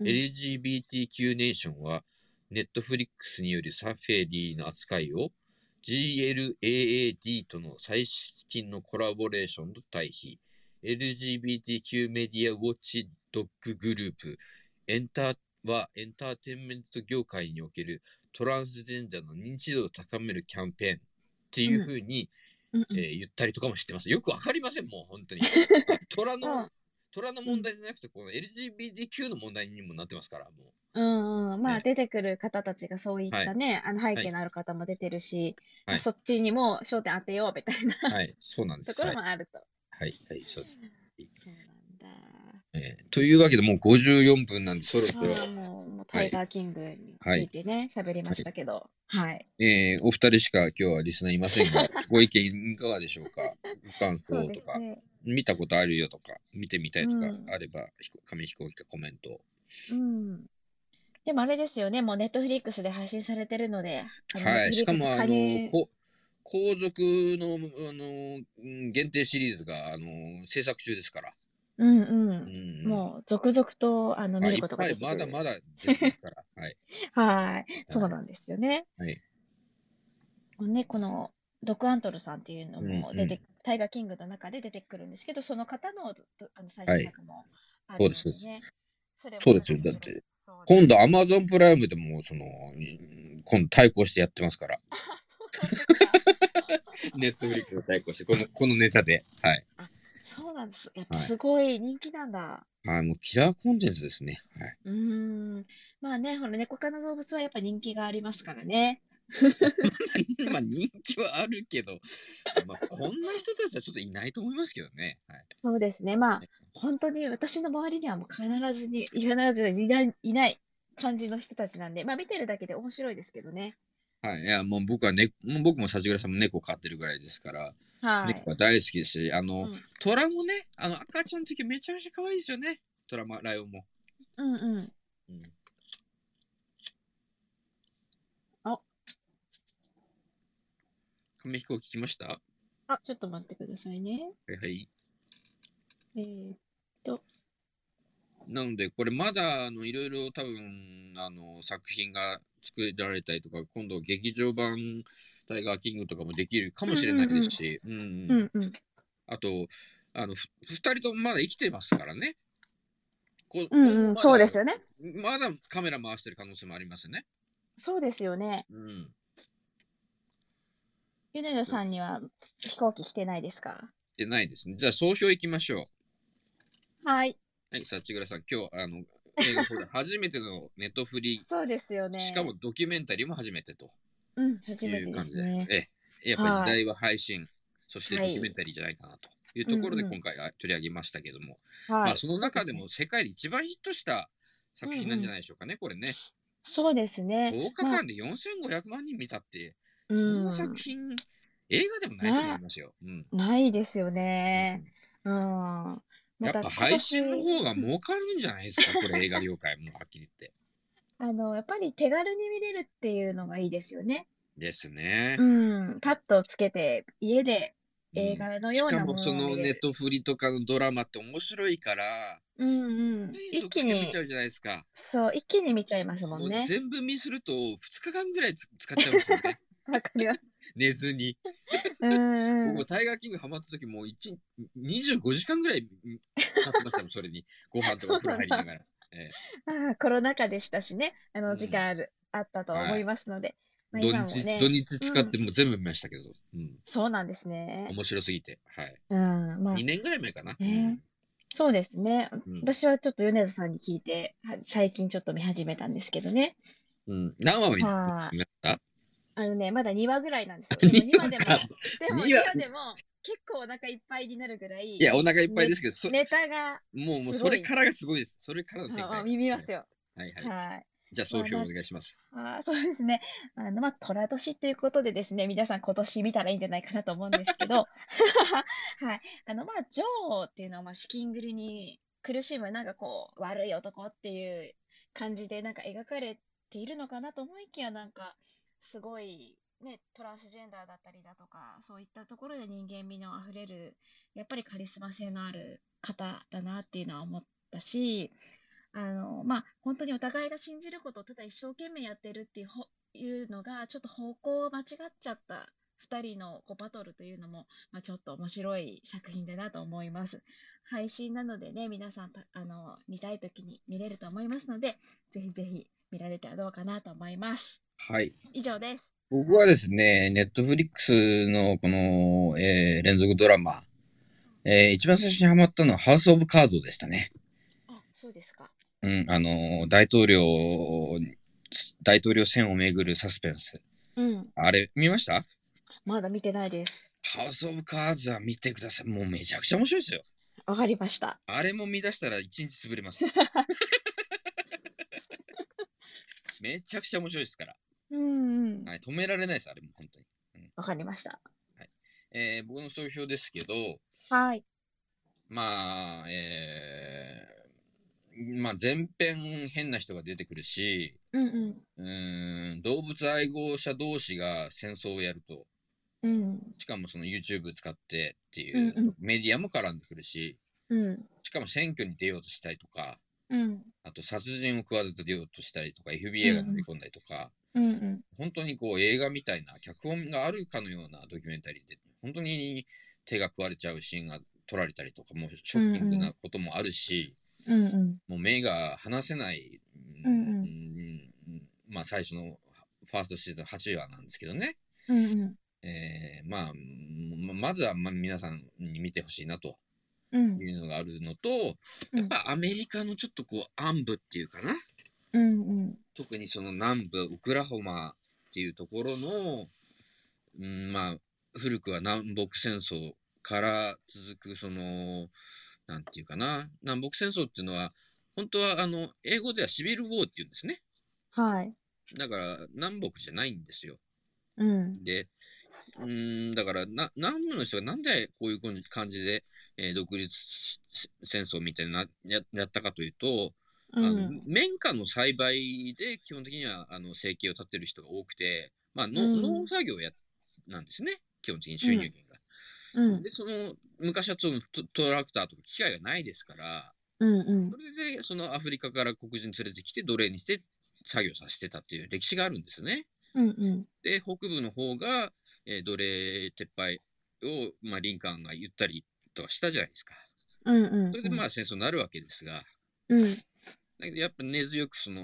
Speaker 1: うん
Speaker 2: LGBTQ ネーションはネットフリックスによるサフェリーの扱いを GLAAD との最近のコラボレーションと対比 LGBTQ メディアウォッチドッググループエンターはエンターテインメント業界におけるトランスジェンダーの認知度を高めるキャンペーンっていうふうに、
Speaker 1: うんうん
Speaker 2: えー言ったりとかもしてます。よくわかりません、もう本 当に。虎
Speaker 1: う
Speaker 2: の
Speaker 1: ん、
Speaker 2: 虎の問題じゃなくて、この LGBTQ の問題にもなってますから、もう。
Speaker 1: うんうん、まあ
Speaker 2: ね
Speaker 1: 出てくる方たちがそういったね、あの背景のある方も出てるし、まあ
Speaker 2: はい
Speaker 1: そっちにも焦点当てようみたいな
Speaker 2: はい、そうなんで
Speaker 1: と
Speaker 2: す。
Speaker 1: こ
Speaker 2: は
Speaker 1: ろ
Speaker 2: い、
Speaker 1: もあると。
Speaker 2: はい、はいそうです、
Speaker 1: そうな
Speaker 2: えーというわけで、もう54分なんで、そろそ
Speaker 1: ん
Speaker 2: ろ
Speaker 1: だ。、ああ、もう、もうタイガーキングにつ
Speaker 2: はい
Speaker 1: いてね、喋、りましたけど、はい。
Speaker 2: えーお二人しか今日はリスナーいませ んが、ご意見いかがでしょうかご感
Speaker 1: そう
Speaker 2: 想
Speaker 1: で
Speaker 2: と
Speaker 1: す
Speaker 2: か、
Speaker 1: ね。
Speaker 2: 見たことあるよとか、見てみたいとか
Speaker 1: うん
Speaker 2: あれば、ひこ紙飛行機かコメントを。
Speaker 1: うん。でもあれですよね、もうネットフリックスで配信されてるので、あの
Speaker 2: はい、しかも、あ、の、
Speaker 1: Netflix 加入
Speaker 2: こ皇族の、あの、うん限定シリーズが、あの、制作中ですから。
Speaker 1: うん
Speaker 2: う
Speaker 1: うんん。もう続々とあの見
Speaker 2: はい
Speaker 1: ることが
Speaker 2: い
Speaker 1: で
Speaker 2: っ
Speaker 1: き
Speaker 2: ぱいま
Speaker 1: る。
Speaker 2: だまだ出てますから。はい。
Speaker 1: はい、そうなんですよね。
Speaker 2: はい
Speaker 1: ね、このドクアントルさんっていうのも出て、
Speaker 2: うん
Speaker 1: タイガーキングの中で出てくるんですけど、その方のどあの最新作もある
Speaker 2: そ
Speaker 1: の
Speaker 2: うです
Speaker 1: でね。それも
Speaker 2: そうですよ
Speaker 1: なんか
Speaker 2: だって
Speaker 1: そうです
Speaker 2: 今度、アマゾンプライムでも、その、うん今度対抗してやってますから。ネットフリックスと対抗して、この、このネタで。はい。
Speaker 1: そうなんです。やっぱ
Speaker 2: はい
Speaker 1: すごい人気なんだ。
Speaker 2: はい、もうキラーコンテンツですね。はい。
Speaker 1: うーん。まあね、ほら、猫科の動物はやっぱ人気がありますからね。
Speaker 2: まあ人気はあるけど、まあ、こんな人たちはちょっといないと思いますけどね。はい、
Speaker 1: そうですね。まあ、本当に私の周りにはもう必ずに、必ずいない、いない感じの人たちなんで、まあ見てるだけで面白いですけどね。
Speaker 2: はい、いやもう僕は、ね、もう僕も幸倉さんも猫飼ってるぐらいですから、
Speaker 1: はい
Speaker 2: 猫。は大好きですしあ
Speaker 1: う
Speaker 2: の、
Speaker 1: ん
Speaker 2: トラもねあの赤ちゃんの時めちゃめちゃ可愛いですよねトラもライオンも。
Speaker 1: うんうん。
Speaker 2: うん
Speaker 1: あ
Speaker 2: 紙飛行機来ましたは
Speaker 1: あ、ちょっと待ってくださいね。
Speaker 2: いはい。
Speaker 1: えー、
Speaker 2: なのでこれまだあのいろいろ多分あの作品が作られたりとか今度劇場版「タイガーキング」とかもできるかもしれないですしうんうん
Speaker 1: うんうん。
Speaker 2: あとあのふ2人ともまだ生きてますからね。こ
Speaker 1: うんう
Speaker 2: 今後ま
Speaker 1: ん、
Speaker 2: だ
Speaker 1: そうですよね。
Speaker 2: まだカメラ回してる可能性もありますね。
Speaker 1: そうですよね。
Speaker 2: うん、
Speaker 1: ゆねるさんには飛行機来てないですか
Speaker 2: でないですね。じゃあ総評いきましょう。
Speaker 1: はい。
Speaker 2: はい、幸倉さん、今日、あの、映画これ初めてのネットフリ
Speaker 1: そうですよ
Speaker 2: ー、
Speaker 1: ね。
Speaker 2: しかも、ドキュメンタリーも初めてと
Speaker 1: うん、初
Speaker 2: い
Speaker 1: めて
Speaker 2: う
Speaker 1: で
Speaker 2: 感じ
Speaker 1: す
Speaker 2: で、
Speaker 1: ね。
Speaker 2: ええやっぱり
Speaker 1: はい
Speaker 2: 時代は配信、そしてド
Speaker 1: はい
Speaker 2: キュメンタリーじゃないかなというところで
Speaker 1: うんうん
Speaker 2: 今回は取り上げましたけども、
Speaker 1: は
Speaker 2: ま
Speaker 1: い
Speaker 2: あ、。その中でも世界で一番ヒットした作品なんじゃないでしょうかね、これね。
Speaker 1: そうですね。
Speaker 2: 10日
Speaker 1: まあ
Speaker 2: 間で4500万人見たって、
Speaker 1: う
Speaker 2: そん
Speaker 1: ん
Speaker 2: な。作品、映画でもないと思いますよ。うん
Speaker 1: ないですよね。
Speaker 2: う
Speaker 1: うん。ま
Speaker 2: んやったぱ配信の方が儲かるんじゃないで すか、これ映画業界もはっきり言って。
Speaker 1: あの、やっぱり手軽に見れるっていうのがいいですよね。
Speaker 2: ですね
Speaker 1: う。ん。パッとつけて、家で
Speaker 2: うん
Speaker 1: 映画の
Speaker 2: し
Speaker 1: よう
Speaker 2: か
Speaker 1: なも
Speaker 2: もそ
Speaker 1: のを
Speaker 2: の
Speaker 1: 見
Speaker 2: ネ
Speaker 1: れ
Speaker 2: ッ
Speaker 1: る。
Speaker 2: トフリとかのドラマって面白いから、
Speaker 1: うんうん。
Speaker 2: つい
Speaker 1: 一
Speaker 2: そっ
Speaker 1: 気
Speaker 2: ちで見
Speaker 1: に
Speaker 2: ちゃ、うじゃないですか。
Speaker 1: そう、一気に見ちゃいますもん
Speaker 2: もう
Speaker 1: ね。
Speaker 2: 全部見すると2日間ぐらいつ使っちゃうんですよ ね。
Speaker 1: わかります。
Speaker 2: 寝ずに。
Speaker 1: うんうん
Speaker 2: 僕、。タイガーキングハマった時もう一25時間ぐらいうん使ってましたもん、それに。ご飯とかお風呂入りながら。
Speaker 1: まあ、コロナ禍でしたしね、あ
Speaker 2: う
Speaker 1: の
Speaker 2: ん
Speaker 1: 時間ある、あったと思
Speaker 2: はい
Speaker 1: いますので、 まあ、
Speaker 2: 土
Speaker 1: 今も
Speaker 2: 日、
Speaker 1: ね
Speaker 2: 土、日使ってもう全部見ましたけど、うん、
Speaker 1: そうなんですね。
Speaker 2: 面白すぎて。はい。
Speaker 1: うん、まあ
Speaker 2: 2、年ぐらい前かな。
Speaker 1: ねそうですね。
Speaker 2: うん
Speaker 1: 私はちょっと米津さんに聞いて、は最近ちょっと見始めたんですけどね。
Speaker 2: うん、何話見
Speaker 1: は
Speaker 2: た
Speaker 1: い
Speaker 2: 見ました
Speaker 1: あのね、まだ2話ぐらいなんです よ。でも2話でも、でも
Speaker 2: 二
Speaker 1: 2
Speaker 2: 話
Speaker 1: 話でも結構お腹いっぱいになるぐらい
Speaker 2: い、や、お腹いっぱいですけど、そ
Speaker 1: ネタが、
Speaker 2: もうもう
Speaker 1: すご
Speaker 2: そ
Speaker 1: い
Speaker 2: れからがすごいです。それからの展
Speaker 1: あまあ
Speaker 2: 開。
Speaker 1: 耳ますよ。
Speaker 2: はいはい。
Speaker 1: はい。
Speaker 2: じゃあ総評お願いします。
Speaker 1: あーそうですね。あの、まあ、寅年ということでですね、皆さん今年見たらいいんじゃないかなと思うんですけど、はい。あの、まあ、女王っていうのは、まあ、資金繰りに苦しむ、なんかこう、悪い男っていう感じで、なんか描かれているのかなと思いきや、なんか、すごい、ね、トランスジェンダーだったりだとか、そういったところで人間味のあふれる、やっぱりカリスマ性のある方だなっていうのは思ったし、あの、まあ、本当にお互いが信じることをただ一生懸命やってるっていうほ、いうのが、ちょっと方向を間違っちゃった2人のこうバトルというのも、まあ、ちょっと面白い作品だなと思います。配信なのでね、皆さんた、あの、見たい時に見れると思いますので、ぜひぜひ見られたらどうかなと思います。
Speaker 2: はい。
Speaker 1: 以上です。
Speaker 2: 僕はですね、ネットフリックスのこの、えー連続ドラマ、えー一番最初にハマったのはハウス・オブ・カードでしたね。
Speaker 1: あ、そうですか。
Speaker 2: うん、あのー、大統領、大統領選をめぐるサスペンス。
Speaker 1: うん、
Speaker 2: あれ、見ました
Speaker 1: まだ見てないです。
Speaker 2: ハウス・オブ・カーズは見てください。もうめちゃくちゃ面白いですよ。
Speaker 1: わかりました。
Speaker 2: あれも見出したら一日潰れます。めちゃくちゃ面白いですから。
Speaker 1: うんうん、
Speaker 2: はい、止められないです、あれも本当に。
Speaker 1: わかりました。
Speaker 2: えー僕の総評ですけど、
Speaker 1: はい。
Speaker 2: まあ、えーまあ、前編変な人が出てくるし、
Speaker 1: うんうん。
Speaker 2: うーん、動物愛好者同士が戦争をやると、
Speaker 1: うん、
Speaker 2: しかもその YouTube 使ってっていう、
Speaker 1: うんうん
Speaker 2: メディアも絡んでくるし、
Speaker 1: うん、
Speaker 2: しかも選挙に出ようとしたりとか、
Speaker 1: うん、
Speaker 2: あと殺人を企てようとしたりとか、FBI が乗り込んだりとか、
Speaker 1: うんうん。
Speaker 2: 本当にこう映画みたいな脚本があるかのようなドキュメンタリーで、本当に手が食われちゃうシーンが撮られたりとか、もうショッキングなこともある
Speaker 1: うんう
Speaker 2: し、
Speaker 1: ん
Speaker 2: もう目が離せない、う
Speaker 1: うんうん
Speaker 2: んまあ最初のファーストシーズン8話なんですけどね、
Speaker 1: うん
Speaker 2: えーまあ、うんままずはまあ皆さんに見てほしいなと
Speaker 1: うん
Speaker 2: いうのがあるのと、
Speaker 1: うん
Speaker 2: やっぱアメリカのちょっとこう暗部っていうかな、
Speaker 1: うんうん
Speaker 2: 特にその南部、ウクラホマ、っていうところの、うん、まあ古くは南北戦争から続くそのなんていうかな南北戦争っていうのは本当はあの英語ではシビル・ウォーっていうんですね
Speaker 1: はい。
Speaker 2: だから南北じゃないんですよ
Speaker 1: うん。
Speaker 2: でうーんだからな南部の人がなんでこういうこう感じで、えー独立しし戦争みたいなややったかというと、
Speaker 1: う
Speaker 2: あの
Speaker 1: ん。
Speaker 2: 綿花の栽培で基本的にはあの生計を立てる人が多くて、まあの
Speaker 1: うん
Speaker 2: 農作業やなんですね基本的に収入源が。
Speaker 1: うん。
Speaker 2: でその昔はそのトトラクターとか機械がないですから
Speaker 1: うん。うん
Speaker 2: そ。れでそのアフリカから黒人連れてきて奴隷にして作業させてたっていう歴史があるんですね。
Speaker 1: うん。うん。
Speaker 2: で北部の方が、えー奴隷撤廃を、まあ、リンカーンが言ったりとかしたじゃないですか。
Speaker 1: うん。うん。
Speaker 2: それでまあ戦争になるわけですが、
Speaker 1: うん。
Speaker 2: だけどやっぱ根強くその、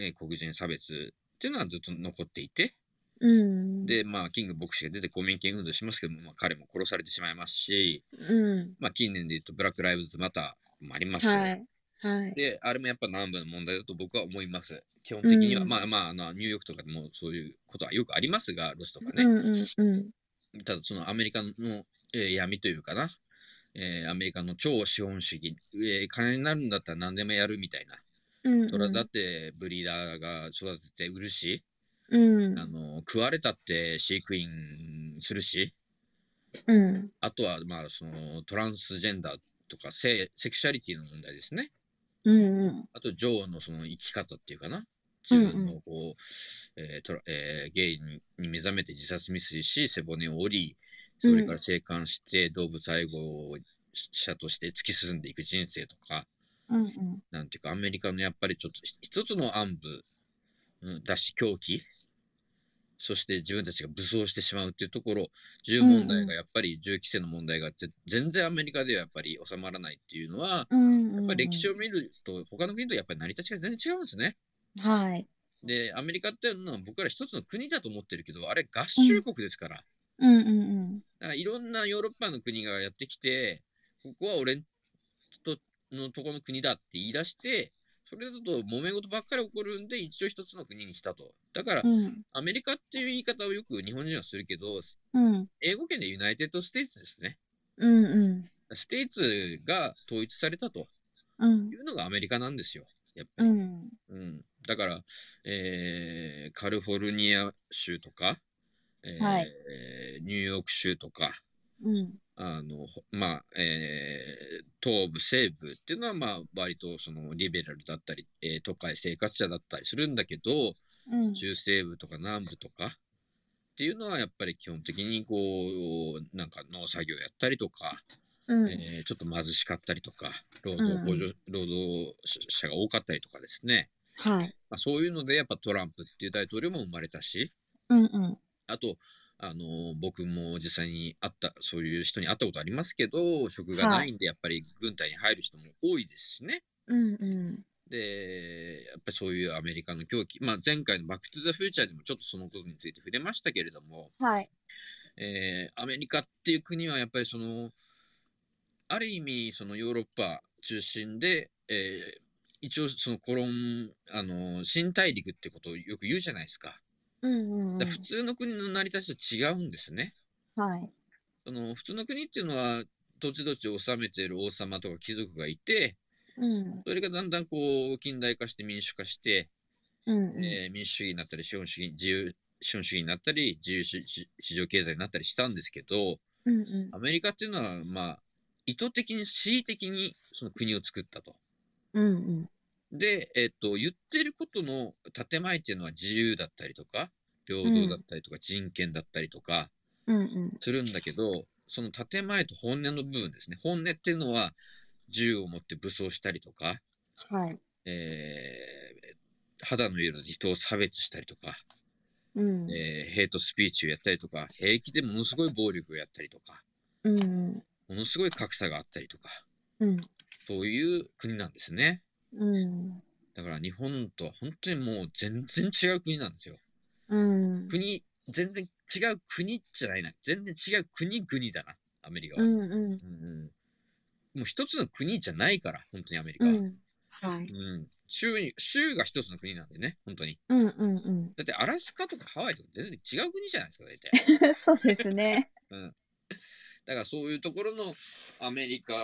Speaker 2: えー黒人差別っていうのはずっと残っていて、
Speaker 1: うん。
Speaker 2: で、まあ、キング牧師が出て公民権運動しますけども、まあ、彼も殺されてしまいますし、
Speaker 1: うん。
Speaker 2: まあ、近年で言うと、ブラック・ライブズ・マターもありますし、
Speaker 1: はい。はい。
Speaker 2: で、あれもやっぱ南部の問題だと僕は思います。基本的には、
Speaker 1: うん
Speaker 2: まあまああの、ニューヨークとかでもそういうことはよくありますが、ロスとかね。
Speaker 1: うん。うん。うん。
Speaker 2: ただそのアメリカの、えー闇というかな、えーアメリカの超資本主義、えー金になるんだったら何でもやるみたいな、
Speaker 1: うん。
Speaker 2: それはだってブリーダーが育てて売るし、
Speaker 1: うん。
Speaker 2: あの食われたって飼育員するし、
Speaker 1: うん。
Speaker 2: あとはまあそのトランスジェンダーとか性セクシャリティの問題ですね。
Speaker 1: うん。うん。
Speaker 2: あと女王のその生き方っていうかな。自分のこう、えートラえーゲイに目覚めて自殺未遂し背骨を折りそれから生還して動物愛護者として突き進んでいく人生とか
Speaker 1: うん。
Speaker 2: なんていうかアメリカのやっぱりちょっとひ一つの暗部うんだし狂気そして自分たちが武装してしまうっていうところ銃問題がやっぱり銃規制の問題がぜ全然アメリカではやっぱり収まらないっていうのは
Speaker 1: うん。
Speaker 2: やっぱり歴史
Speaker 1: を。
Speaker 2: を見ると他の国とやっぱり成り立ちが全然違うんですね。
Speaker 1: はい。
Speaker 2: でアメリカっていうのは僕ら一つの国だと思ってるけどあれ合衆国ですから,、
Speaker 1: うん。うん。
Speaker 2: だからいろんなヨーロッパの国がやってきてここは俺んとのとこの国だって言い出してそれだと揉め事ばっかり起こるんで一応一つの国にしたとだから
Speaker 1: うん。
Speaker 2: アメリカっていう言い方をよく日本人はするけど
Speaker 1: うん。
Speaker 2: 英語圏でユナイテッド・ステイツですね
Speaker 1: うん。うん。
Speaker 2: ステイツが統一されたと
Speaker 1: うん
Speaker 2: い。うのがアメリカなんですよやっぱ
Speaker 1: う
Speaker 2: り、
Speaker 1: ん。
Speaker 2: うん、だから、えーカリフォルニア州とか、えー
Speaker 1: はい
Speaker 2: ニューヨーク州とか、
Speaker 1: うん。
Speaker 2: あのほまあえー東部、西部っていうのは、まあ、割とそのリベラルだったり、えー都会生活者だったりするんだけど、
Speaker 1: うん。
Speaker 2: 中西部とか南部とかっていうのは、やっぱり基本的にこう、なんか農作業やったりとか、
Speaker 1: うん。
Speaker 2: えーちょっと貧しかったりとか、労働
Speaker 1: うん
Speaker 2: 工場労働者が多かったりとかですね。
Speaker 1: はい。
Speaker 2: まあ、そういうのでやっぱトランプっていう大統領も生まれたし
Speaker 1: うん。うん。
Speaker 2: あと、あのー僕も実際に会ったそういう人に会ったことありますけど職がないんでやっぱり軍隊に入る人も多いですしね。
Speaker 1: うん。うん。
Speaker 2: でやっぱりそういうアメリカの狂気、まあ、前回の「バック・トゥ・ザ・フューチャー」でもちょっとそのことについて触れましたけれども、
Speaker 1: はい。
Speaker 2: えーアメリカっていう国はやっぱりそのある意味そのヨーロッパ中心で、えー一応そのコロン、あのー新大陸ってことをよく言うじゃないですか。
Speaker 1: うん。うん。
Speaker 2: だから普通の国の成り立ちと違うんですね。
Speaker 1: はい。
Speaker 2: あの普通の国っていうのは土地土地を治めている王様とか貴族がいて
Speaker 1: うん。
Speaker 2: それがだんだんこう近代化して民主化して、
Speaker 1: うん。
Speaker 2: えー民主主義になったり資本主義自由資本主義になったり自由市市場経済になったりしたんですけど
Speaker 1: うん。うん。
Speaker 2: アメリカっていうのはまあ意図的に恣意的にその国を作ったと。
Speaker 1: うん。
Speaker 2: で、えっと言ってることの建前っていうのは自由だったりとか平等だったりとか人権だったりとか、
Speaker 1: うん。うん。
Speaker 2: するんだけどその建前と本音の部分ですね本音っていうのは銃を持って武装したりとか、
Speaker 1: はい。
Speaker 2: えー肌の色で人を差別したりとか、
Speaker 1: うん。
Speaker 2: えーヘイトスピーチをやったりとか平気でものすごい暴力をやったりとか
Speaker 1: うん。
Speaker 2: ものすごい格差があったりとか
Speaker 1: うん。
Speaker 2: そういう国なんですね
Speaker 1: うん。
Speaker 2: だから日本とは本当にもう全然違う国なんですよ
Speaker 1: うん。
Speaker 2: 国全然違う国じゃないな全然違う国国だなアメリカは
Speaker 1: う、ん。うん。
Speaker 2: うんうんもう一つの国じゃないから、本当にアメリカ
Speaker 1: う
Speaker 2: は。
Speaker 1: ん。はい。
Speaker 2: うん、州に州が一つの国なんでね、本当に。
Speaker 1: うんうん
Speaker 2: だってアラスカとかハワイとか全然違う国じゃないですか、 大体。
Speaker 1: うん。そうですね。
Speaker 2: だからそういうところのアメリカ、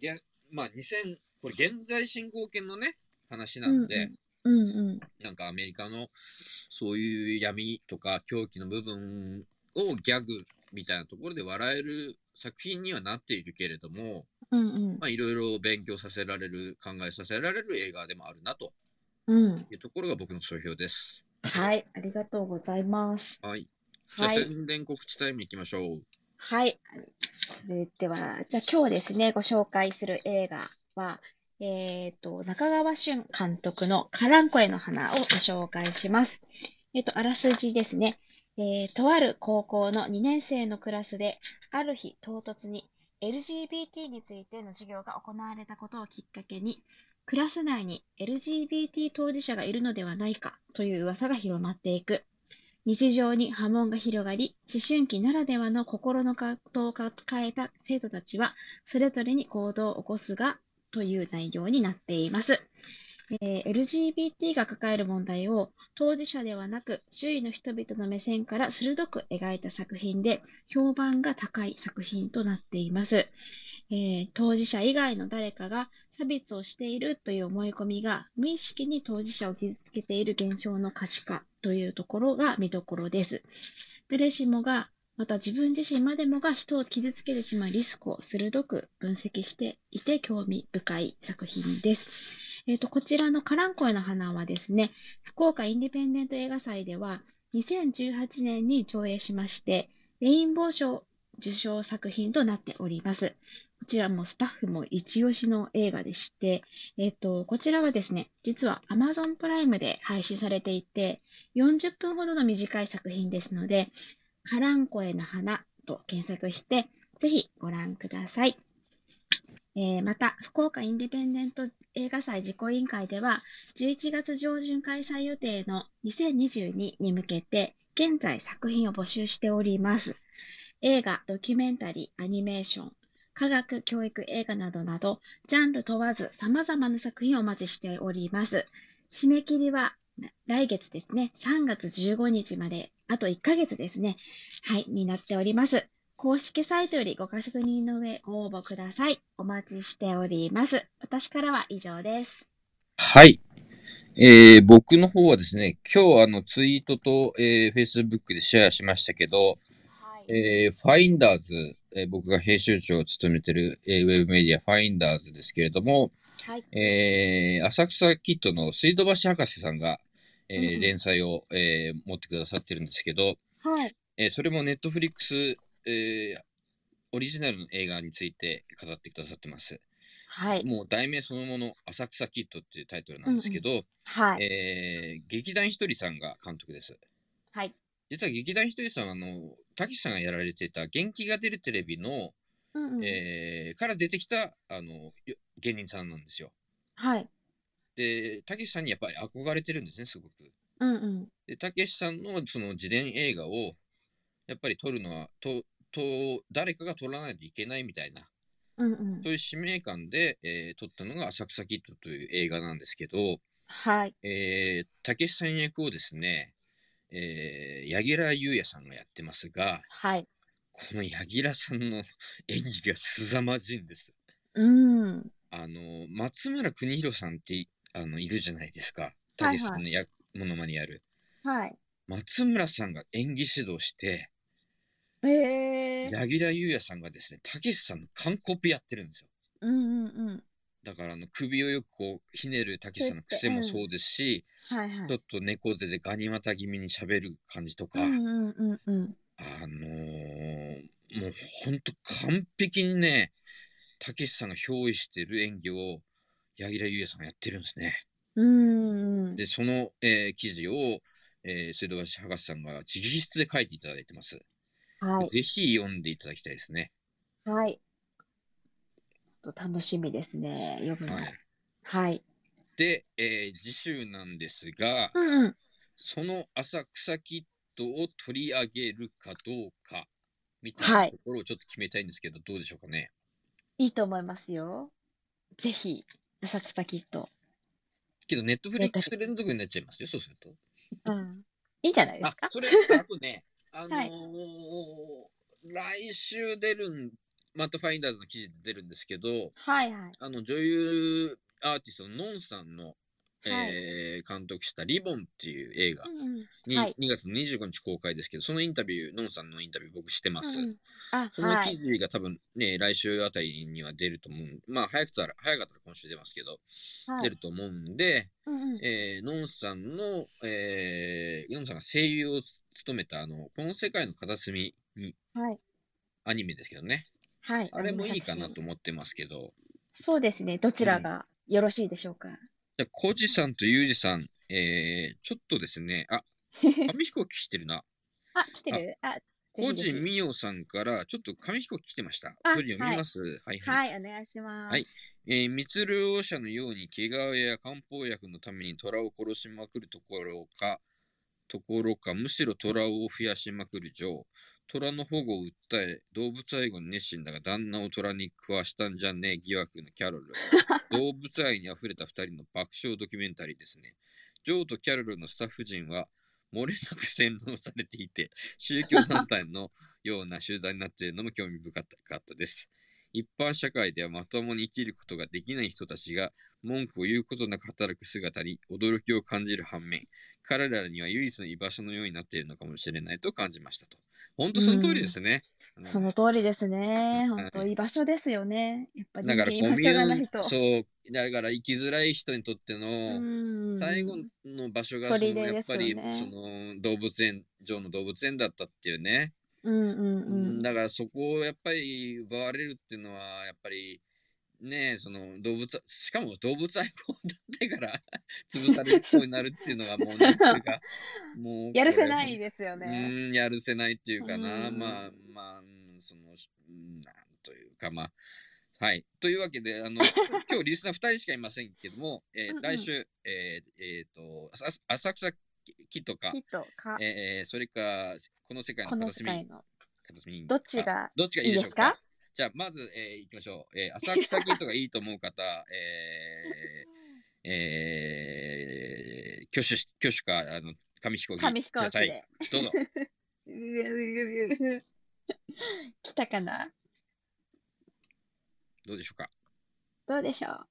Speaker 2: げまあ2000、これ現在進行形のね、話なんで、
Speaker 1: うんうん。
Speaker 2: なんかアメリカのそういう闇とか狂気の部分をギャグみたいなところで笑える作品にはなっているけれども、
Speaker 1: うんうん。
Speaker 2: まあいろいろ勉強させられる、考えさせられる映画でもあるなと
Speaker 1: うん。
Speaker 2: いうところが僕の総評です。
Speaker 1: はい。ありがとうございます。
Speaker 2: はい。じゃあ
Speaker 1: はい。
Speaker 2: 宣伝告知タイムいきましょう。
Speaker 1: はい。それでは、じゃあ今日ですね、ご紹介する映画は、えっと、中川俊監督のカランコエの花をご紹介します。えっと、あらすじですね。えーとある高校の2年生のクラスで、ある日唐突に LGBT についての授業が行われたことをきっかけに、クラス内に LGBT 当事者がいるのではないかという噂が広まっていく。日常に波紋が広がり、思春期ならではの心の葛藤を抱えた生徒たちは、それぞれに行動を起こすが、という内容になっています。えー LGBT が抱える問題を当事者ではなく周囲の人々の目線から鋭く描いた作品で評判が高い作品となっています、えー当事者以外の誰かが差別をしているという思い込みが無意識に当事者を傷つけている現象の可視化というところが見どころです。誰しもが、また自分自身までもが人を傷つけてしまうリスクを鋭く分析していて興味深い作品です。えー、とこちらのカランコエの花はですね、福岡インディペンデント映画祭では2018年に上映しまして、レインボー賞受賞作品となっております。こちらもスタッフも一押しの映画でして、えっと、こちらはですね、実は Amazon プライムで配信されていて、40分ほどの短い作品ですので、カランコエの花と検索して、ぜひご覧ください。えーまた、福岡インディペンデント映画祭実行委員会では、11月上旬開催予定の2022に向けて、現在作品を募集しております。映画、ドキュメンタリー、アニメーション、科学、教育、映画などなど、ジャンル問わず様々な作品をお待ちしております。締め切りは来月ですね、3月15日まで、あと1ヶ月ですね、はい、になっております。公式サイトよりご確認の上ご応募ください。お待ちしております。私からは以上です。
Speaker 2: はい。えー僕の方はですね、今日あのツイートと、えー Facebook でシェアしましたけど、
Speaker 1: はい。
Speaker 2: えー、ファインダーズ、えー僕が編集長を務めてる、えーウェブメディアファインダーズですけれども、
Speaker 1: はい。
Speaker 2: えー浅草キッドの水戸橋博士さんが、えー
Speaker 1: うんうん
Speaker 2: 連載を、えー持ってくださってるんですけど、
Speaker 1: はい。
Speaker 2: えーそれもネットフリックス、えーオリジナルの映画について語ってくださってます。
Speaker 1: はい。
Speaker 2: もう題名そのもの、浅草キッドっていうタイトルなんですけど、
Speaker 1: はい。
Speaker 2: えー劇団ひとりさんが監督です。
Speaker 1: はい。
Speaker 2: 実は劇団ひとりさんはあの、たけしさんがやられてた元気が出るテレビの、
Speaker 1: うんうん
Speaker 2: えーから出てきたあのよ芸人さんなんですよ。
Speaker 1: はい。
Speaker 2: で、たけしさんにやっぱり憧れてるんですね、すごく。
Speaker 1: うんうん。
Speaker 2: で、たけしさんのその自伝映画を、やっぱり撮るのは、と、と、誰かが撮らないといけないみたいな、
Speaker 1: うんうん
Speaker 2: そういう使命感で、えー撮ったのが浅草キッドという映画なんですけど、
Speaker 1: はい。
Speaker 2: えー、たけしさん役をですね、えー、柳楽優弥さんがやってますが、
Speaker 1: はい。
Speaker 2: この柳楽さんの 演技が凄まじいんです。
Speaker 1: うん。
Speaker 2: あの、松村邦弘さんっていあのいるじゃないですか。たけしさんの役、ものまねやる。
Speaker 1: はい。
Speaker 2: 松村さんが演技指導して、
Speaker 1: えー。
Speaker 2: 柳楽優弥さんがですね、たけしさんの完コピやってるんですよ。
Speaker 1: うんうんうん。
Speaker 2: だからあの首をよくこうひねるたけしさんの癖もそうですし、
Speaker 1: はいはい。
Speaker 2: ちょっと猫背でガニ股気味に喋る感じと
Speaker 1: う
Speaker 2: か、
Speaker 1: んうんうんうん。
Speaker 2: あのーもうほんと完璧にね、たけしさんが憑依してる演技を柳楽優弥さんがやってるんですね。
Speaker 1: うんうん。
Speaker 2: で、その、えー記事を、えー水道橋博士さんが直筆で書いていただいてます。
Speaker 1: はい。
Speaker 2: ぜひ読んでいただきたいですね。
Speaker 1: はい。ちょっと楽しみですね。読むの。
Speaker 2: はい、
Speaker 1: はい。
Speaker 2: で、えー次週なんですが、
Speaker 1: うんうん。
Speaker 2: その浅草キッドを取り上げるかどうかみたいなところをちょっと決めたいんですけど、どうでしょうかね。
Speaker 1: いいと思いますよ。ぜひ、浅草キッド
Speaker 2: けど、ネットフリックス連続になっちゃいますよ、そうすると。
Speaker 1: うん。いいんじゃないで
Speaker 2: あ
Speaker 1: すか、
Speaker 2: それ、あとね、あのー
Speaker 1: はい
Speaker 2: 来週出るん、マットファインダーズの記事で出るんですけど、
Speaker 1: はいはい。
Speaker 2: あの女優アーティストののんさんの、
Speaker 1: はい
Speaker 2: えー監督した「リボン」っていう映画
Speaker 1: うん
Speaker 2: に、
Speaker 1: はい
Speaker 2: 2月の25日公開ですけどそのインタビューのんさんのインタビュー僕してます、
Speaker 1: うんうん。あ、
Speaker 2: その
Speaker 1: は
Speaker 2: 記
Speaker 1: い。
Speaker 2: 事が多分ね来週あたりには出ると思うまあ早くたら早かったら今週出ますけど、
Speaker 1: はい
Speaker 2: 出ると思うんで、
Speaker 1: うんうん
Speaker 2: えー、のんさんの、えー、のんさんが声優を務めたあの「この世界の片隅」に
Speaker 1: はい。
Speaker 2: アニメですけどね
Speaker 1: はい。
Speaker 2: あれもいいかな
Speaker 1: 作
Speaker 2: と思ってますけど
Speaker 1: 品。そうですね。どちらがよろしいでしょうか。
Speaker 2: じゃあ、コジさんとユージさん、えー、ちょっとですね、 あ、紙飛行機来てるな。
Speaker 1: あ、来てるあ、
Speaker 2: コ
Speaker 1: ぜひ
Speaker 2: ジ
Speaker 1: ぜひ
Speaker 2: ミオさんから、ちょっと紙飛行機来てました。
Speaker 1: あ
Speaker 2: トリを見ます。はい、はい、
Speaker 1: はい、お願いします。
Speaker 2: はいえー、密漁王者のように、毛皮や漢方薬のために虎を殺しまくるところか、ところか、むしろ虎を増やしまくる女王。虎の保護を訴え、動物愛護に熱心だが、旦那を虎に食わしたんじゃねえ疑惑のキャロル。動物愛にあふれた2人の爆笑ドキュメンタリーですね。ジョーとキャロルのスタッフ陣は、漏れなく洗脳されていて、 宗教団体のような集団になっているのも興味深かったです。一般社会ではまともに生きることができない人たちが文句を言うことなく働く姿に驚きを感じる反面、彼らには唯一の居場所のようになっているのかもしれないと感じましたと。本当その通りですね。うん
Speaker 1: その通りですね。
Speaker 2: うん
Speaker 1: 本当、居場所ですよね。やっぱり
Speaker 2: だから
Speaker 1: 人間
Speaker 2: コ
Speaker 1: 居場所
Speaker 2: ミ
Speaker 1: がな
Speaker 2: ュ
Speaker 1: いと
Speaker 2: ン、。そう、だから生きづらい人にとっての
Speaker 1: うん
Speaker 2: 最後の場所がそ
Speaker 1: 砦
Speaker 2: のやっぱり
Speaker 1: ですよね
Speaker 2: その動物園上の動物園だったっていうね。
Speaker 1: うんうんうん。
Speaker 2: だからそこをやっぱり奪われるっていうのはやっぱりねえその動物しかも動物愛好団体から 潰されそうになるっていうのがもうなんていうかもう
Speaker 1: やるせないで
Speaker 2: で
Speaker 1: すよ
Speaker 2: す
Speaker 1: ね。
Speaker 2: うんやるせないっていうかな
Speaker 1: うん
Speaker 2: まあまあうんそのしうんなんというかまあはいというわけで あの今日リスナー2人しかいませんけども、えー
Speaker 1: うんうん
Speaker 2: 来週えっ、えーと浅浅草キットか
Speaker 1: きっ、とか、
Speaker 2: えーそれかこの世界の
Speaker 1: この
Speaker 2: 片
Speaker 1: 世
Speaker 2: 隅
Speaker 1: 界の
Speaker 2: 片隅
Speaker 1: どっち
Speaker 2: か
Speaker 1: が
Speaker 2: どっちがいいでしょうか
Speaker 1: いいですか
Speaker 2: じゃあ、まず、えー、いきましょう。えー、浅草キットがいいと思う方、 えー、えー、挙手し、挙手か、あの、紙飛行機
Speaker 1: 紙飛
Speaker 2: く
Speaker 1: 行
Speaker 2: だ
Speaker 1: 機
Speaker 2: さい。
Speaker 1: で。
Speaker 2: どうぞ。
Speaker 1: ううううう来たかな
Speaker 2: どうでしょうか。
Speaker 1: どうでしょう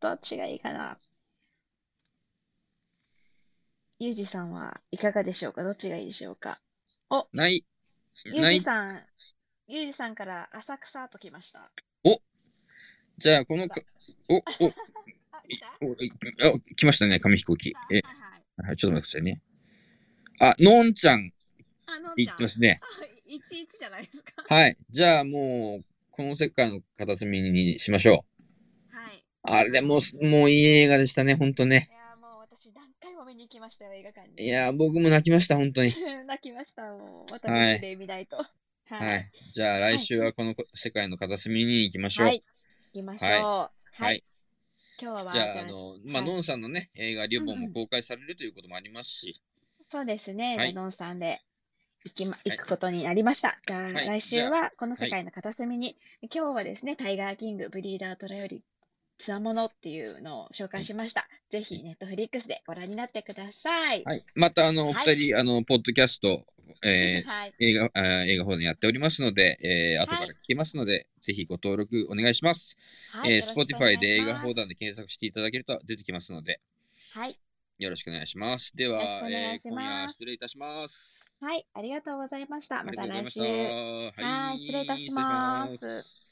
Speaker 1: どっちがいいかなゆうじさんはいかがでしょうかどっちがいいでしょうか
Speaker 2: ない、
Speaker 1: ゆう
Speaker 2: な
Speaker 1: じ
Speaker 2: い。
Speaker 1: さん、ゆうじさんから浅草ときました。
Speaker 2: じゃあ、このか、お、お、
Speaker 1: あ、来た
Speaker 2: お、いお来ましたね、紙飛行
Speaker 1: 来
Speaker 2: 機
Speaker 1: た。
Speaker 2: え、
Speaker 1: はいはい。
Speaker 2: はいちょっと待ってくださいね。あ、のんちゃん、
Speaker 1: あ、のん
Speaker 2: い
Speaker 1: ちゃ
Speaker 2: っ
Speaker 1: ん。
Speaker 2: てますね。
Speaker 1: あ、 いちいちじゃないですか。
Speaker 2: はい。じゃあ、もう、この世界の片隅にしましょう。
Speaker 1: はい。
Speaker 2: あれも、もういい映画でしたね、ほんとね
Speaker 1: い。やーもう私何回も見に行きましたよ、映画館に。
Speaker 2: いやー、僕も泣きました、本当に。
Speaker 1: 泣きました、もう。また
Speaker 2: はい
Speaker 1: 見で見ないと。は
Speaker 2: はい。じゃあ、来週はこのこ世界の片隅に行きましょう。
Speaker 1: は
Speaker 2: はい
Speaker 1: い。。行きましょう。は
Speaker 2: はい
Speaker 1: い。今日は、
Speaker 2: じゃあ、あの、まあ、
Speaker 1: はい
Speaker 2: のんさんのね、映画、リボン
Speaker 1: うんう
Speaker 2: も
Speaker 1: ん
Speaker 2: 公開されるということもありますし、
Speaker 1: そうですね、
Speaker 2: はい
Speaker 1: ラノンさんで行き、ま、
Speaker 2: い
Speaker 1: 行くことになりました。じゃあ、
Speaker 2: い
Speaker 1: 来週はこの世界の片隅に、今日はですね、タイガーキング、ブリーダートラより、つわものっていうのを紹介しました。ぜひ、ネットフリックスでご覧になってください。
Speaker 2: はい。また、あの、お
Speaker 1: は
Speaker 2: 二人、あの、ポッドキャスト、えー
Speaker 1: はい。
Speaker 2: 映画、あー映画放送やっておりますので、えー後から聞けますので、ぜひご登録お願いします。
Speaker 1: はい
Speaker 2: えー
Speaker 1: よろしくお願い
Speaker 2: Spotify で映
Speaker 1: しま
Speaker 2: 画
Speaker 1: す
Speaker 2: 放談で検索していただけると出てきますので、
Speaker 1: はい。
Speaker 2: よろしくお願いします。で
Speaker 1: よろしく
Speaker 2: は、
Speaker 1: お願い
Speaker 2: えー
Speaker 1: し
Speaker 2: 今夜
Speaker 1: ま
Speaker 2: は
Speaker 1: す
Speaker 2: 失礼いたします。
Speaker 1: はい。ありがとうございました。
Speaker 2: あ
Speaker 1: ま
Speaker 2: りが
Speaker 1: た
Speaker 2: とうござい
Speaker 1: 来
Speaker 2: まし
Speaker 1: 週。
Speaker 2: た。
Speaker 1: は
Speaker 2: はい
Speaker 1: い失礼いたします
Speaker 2: 失礼します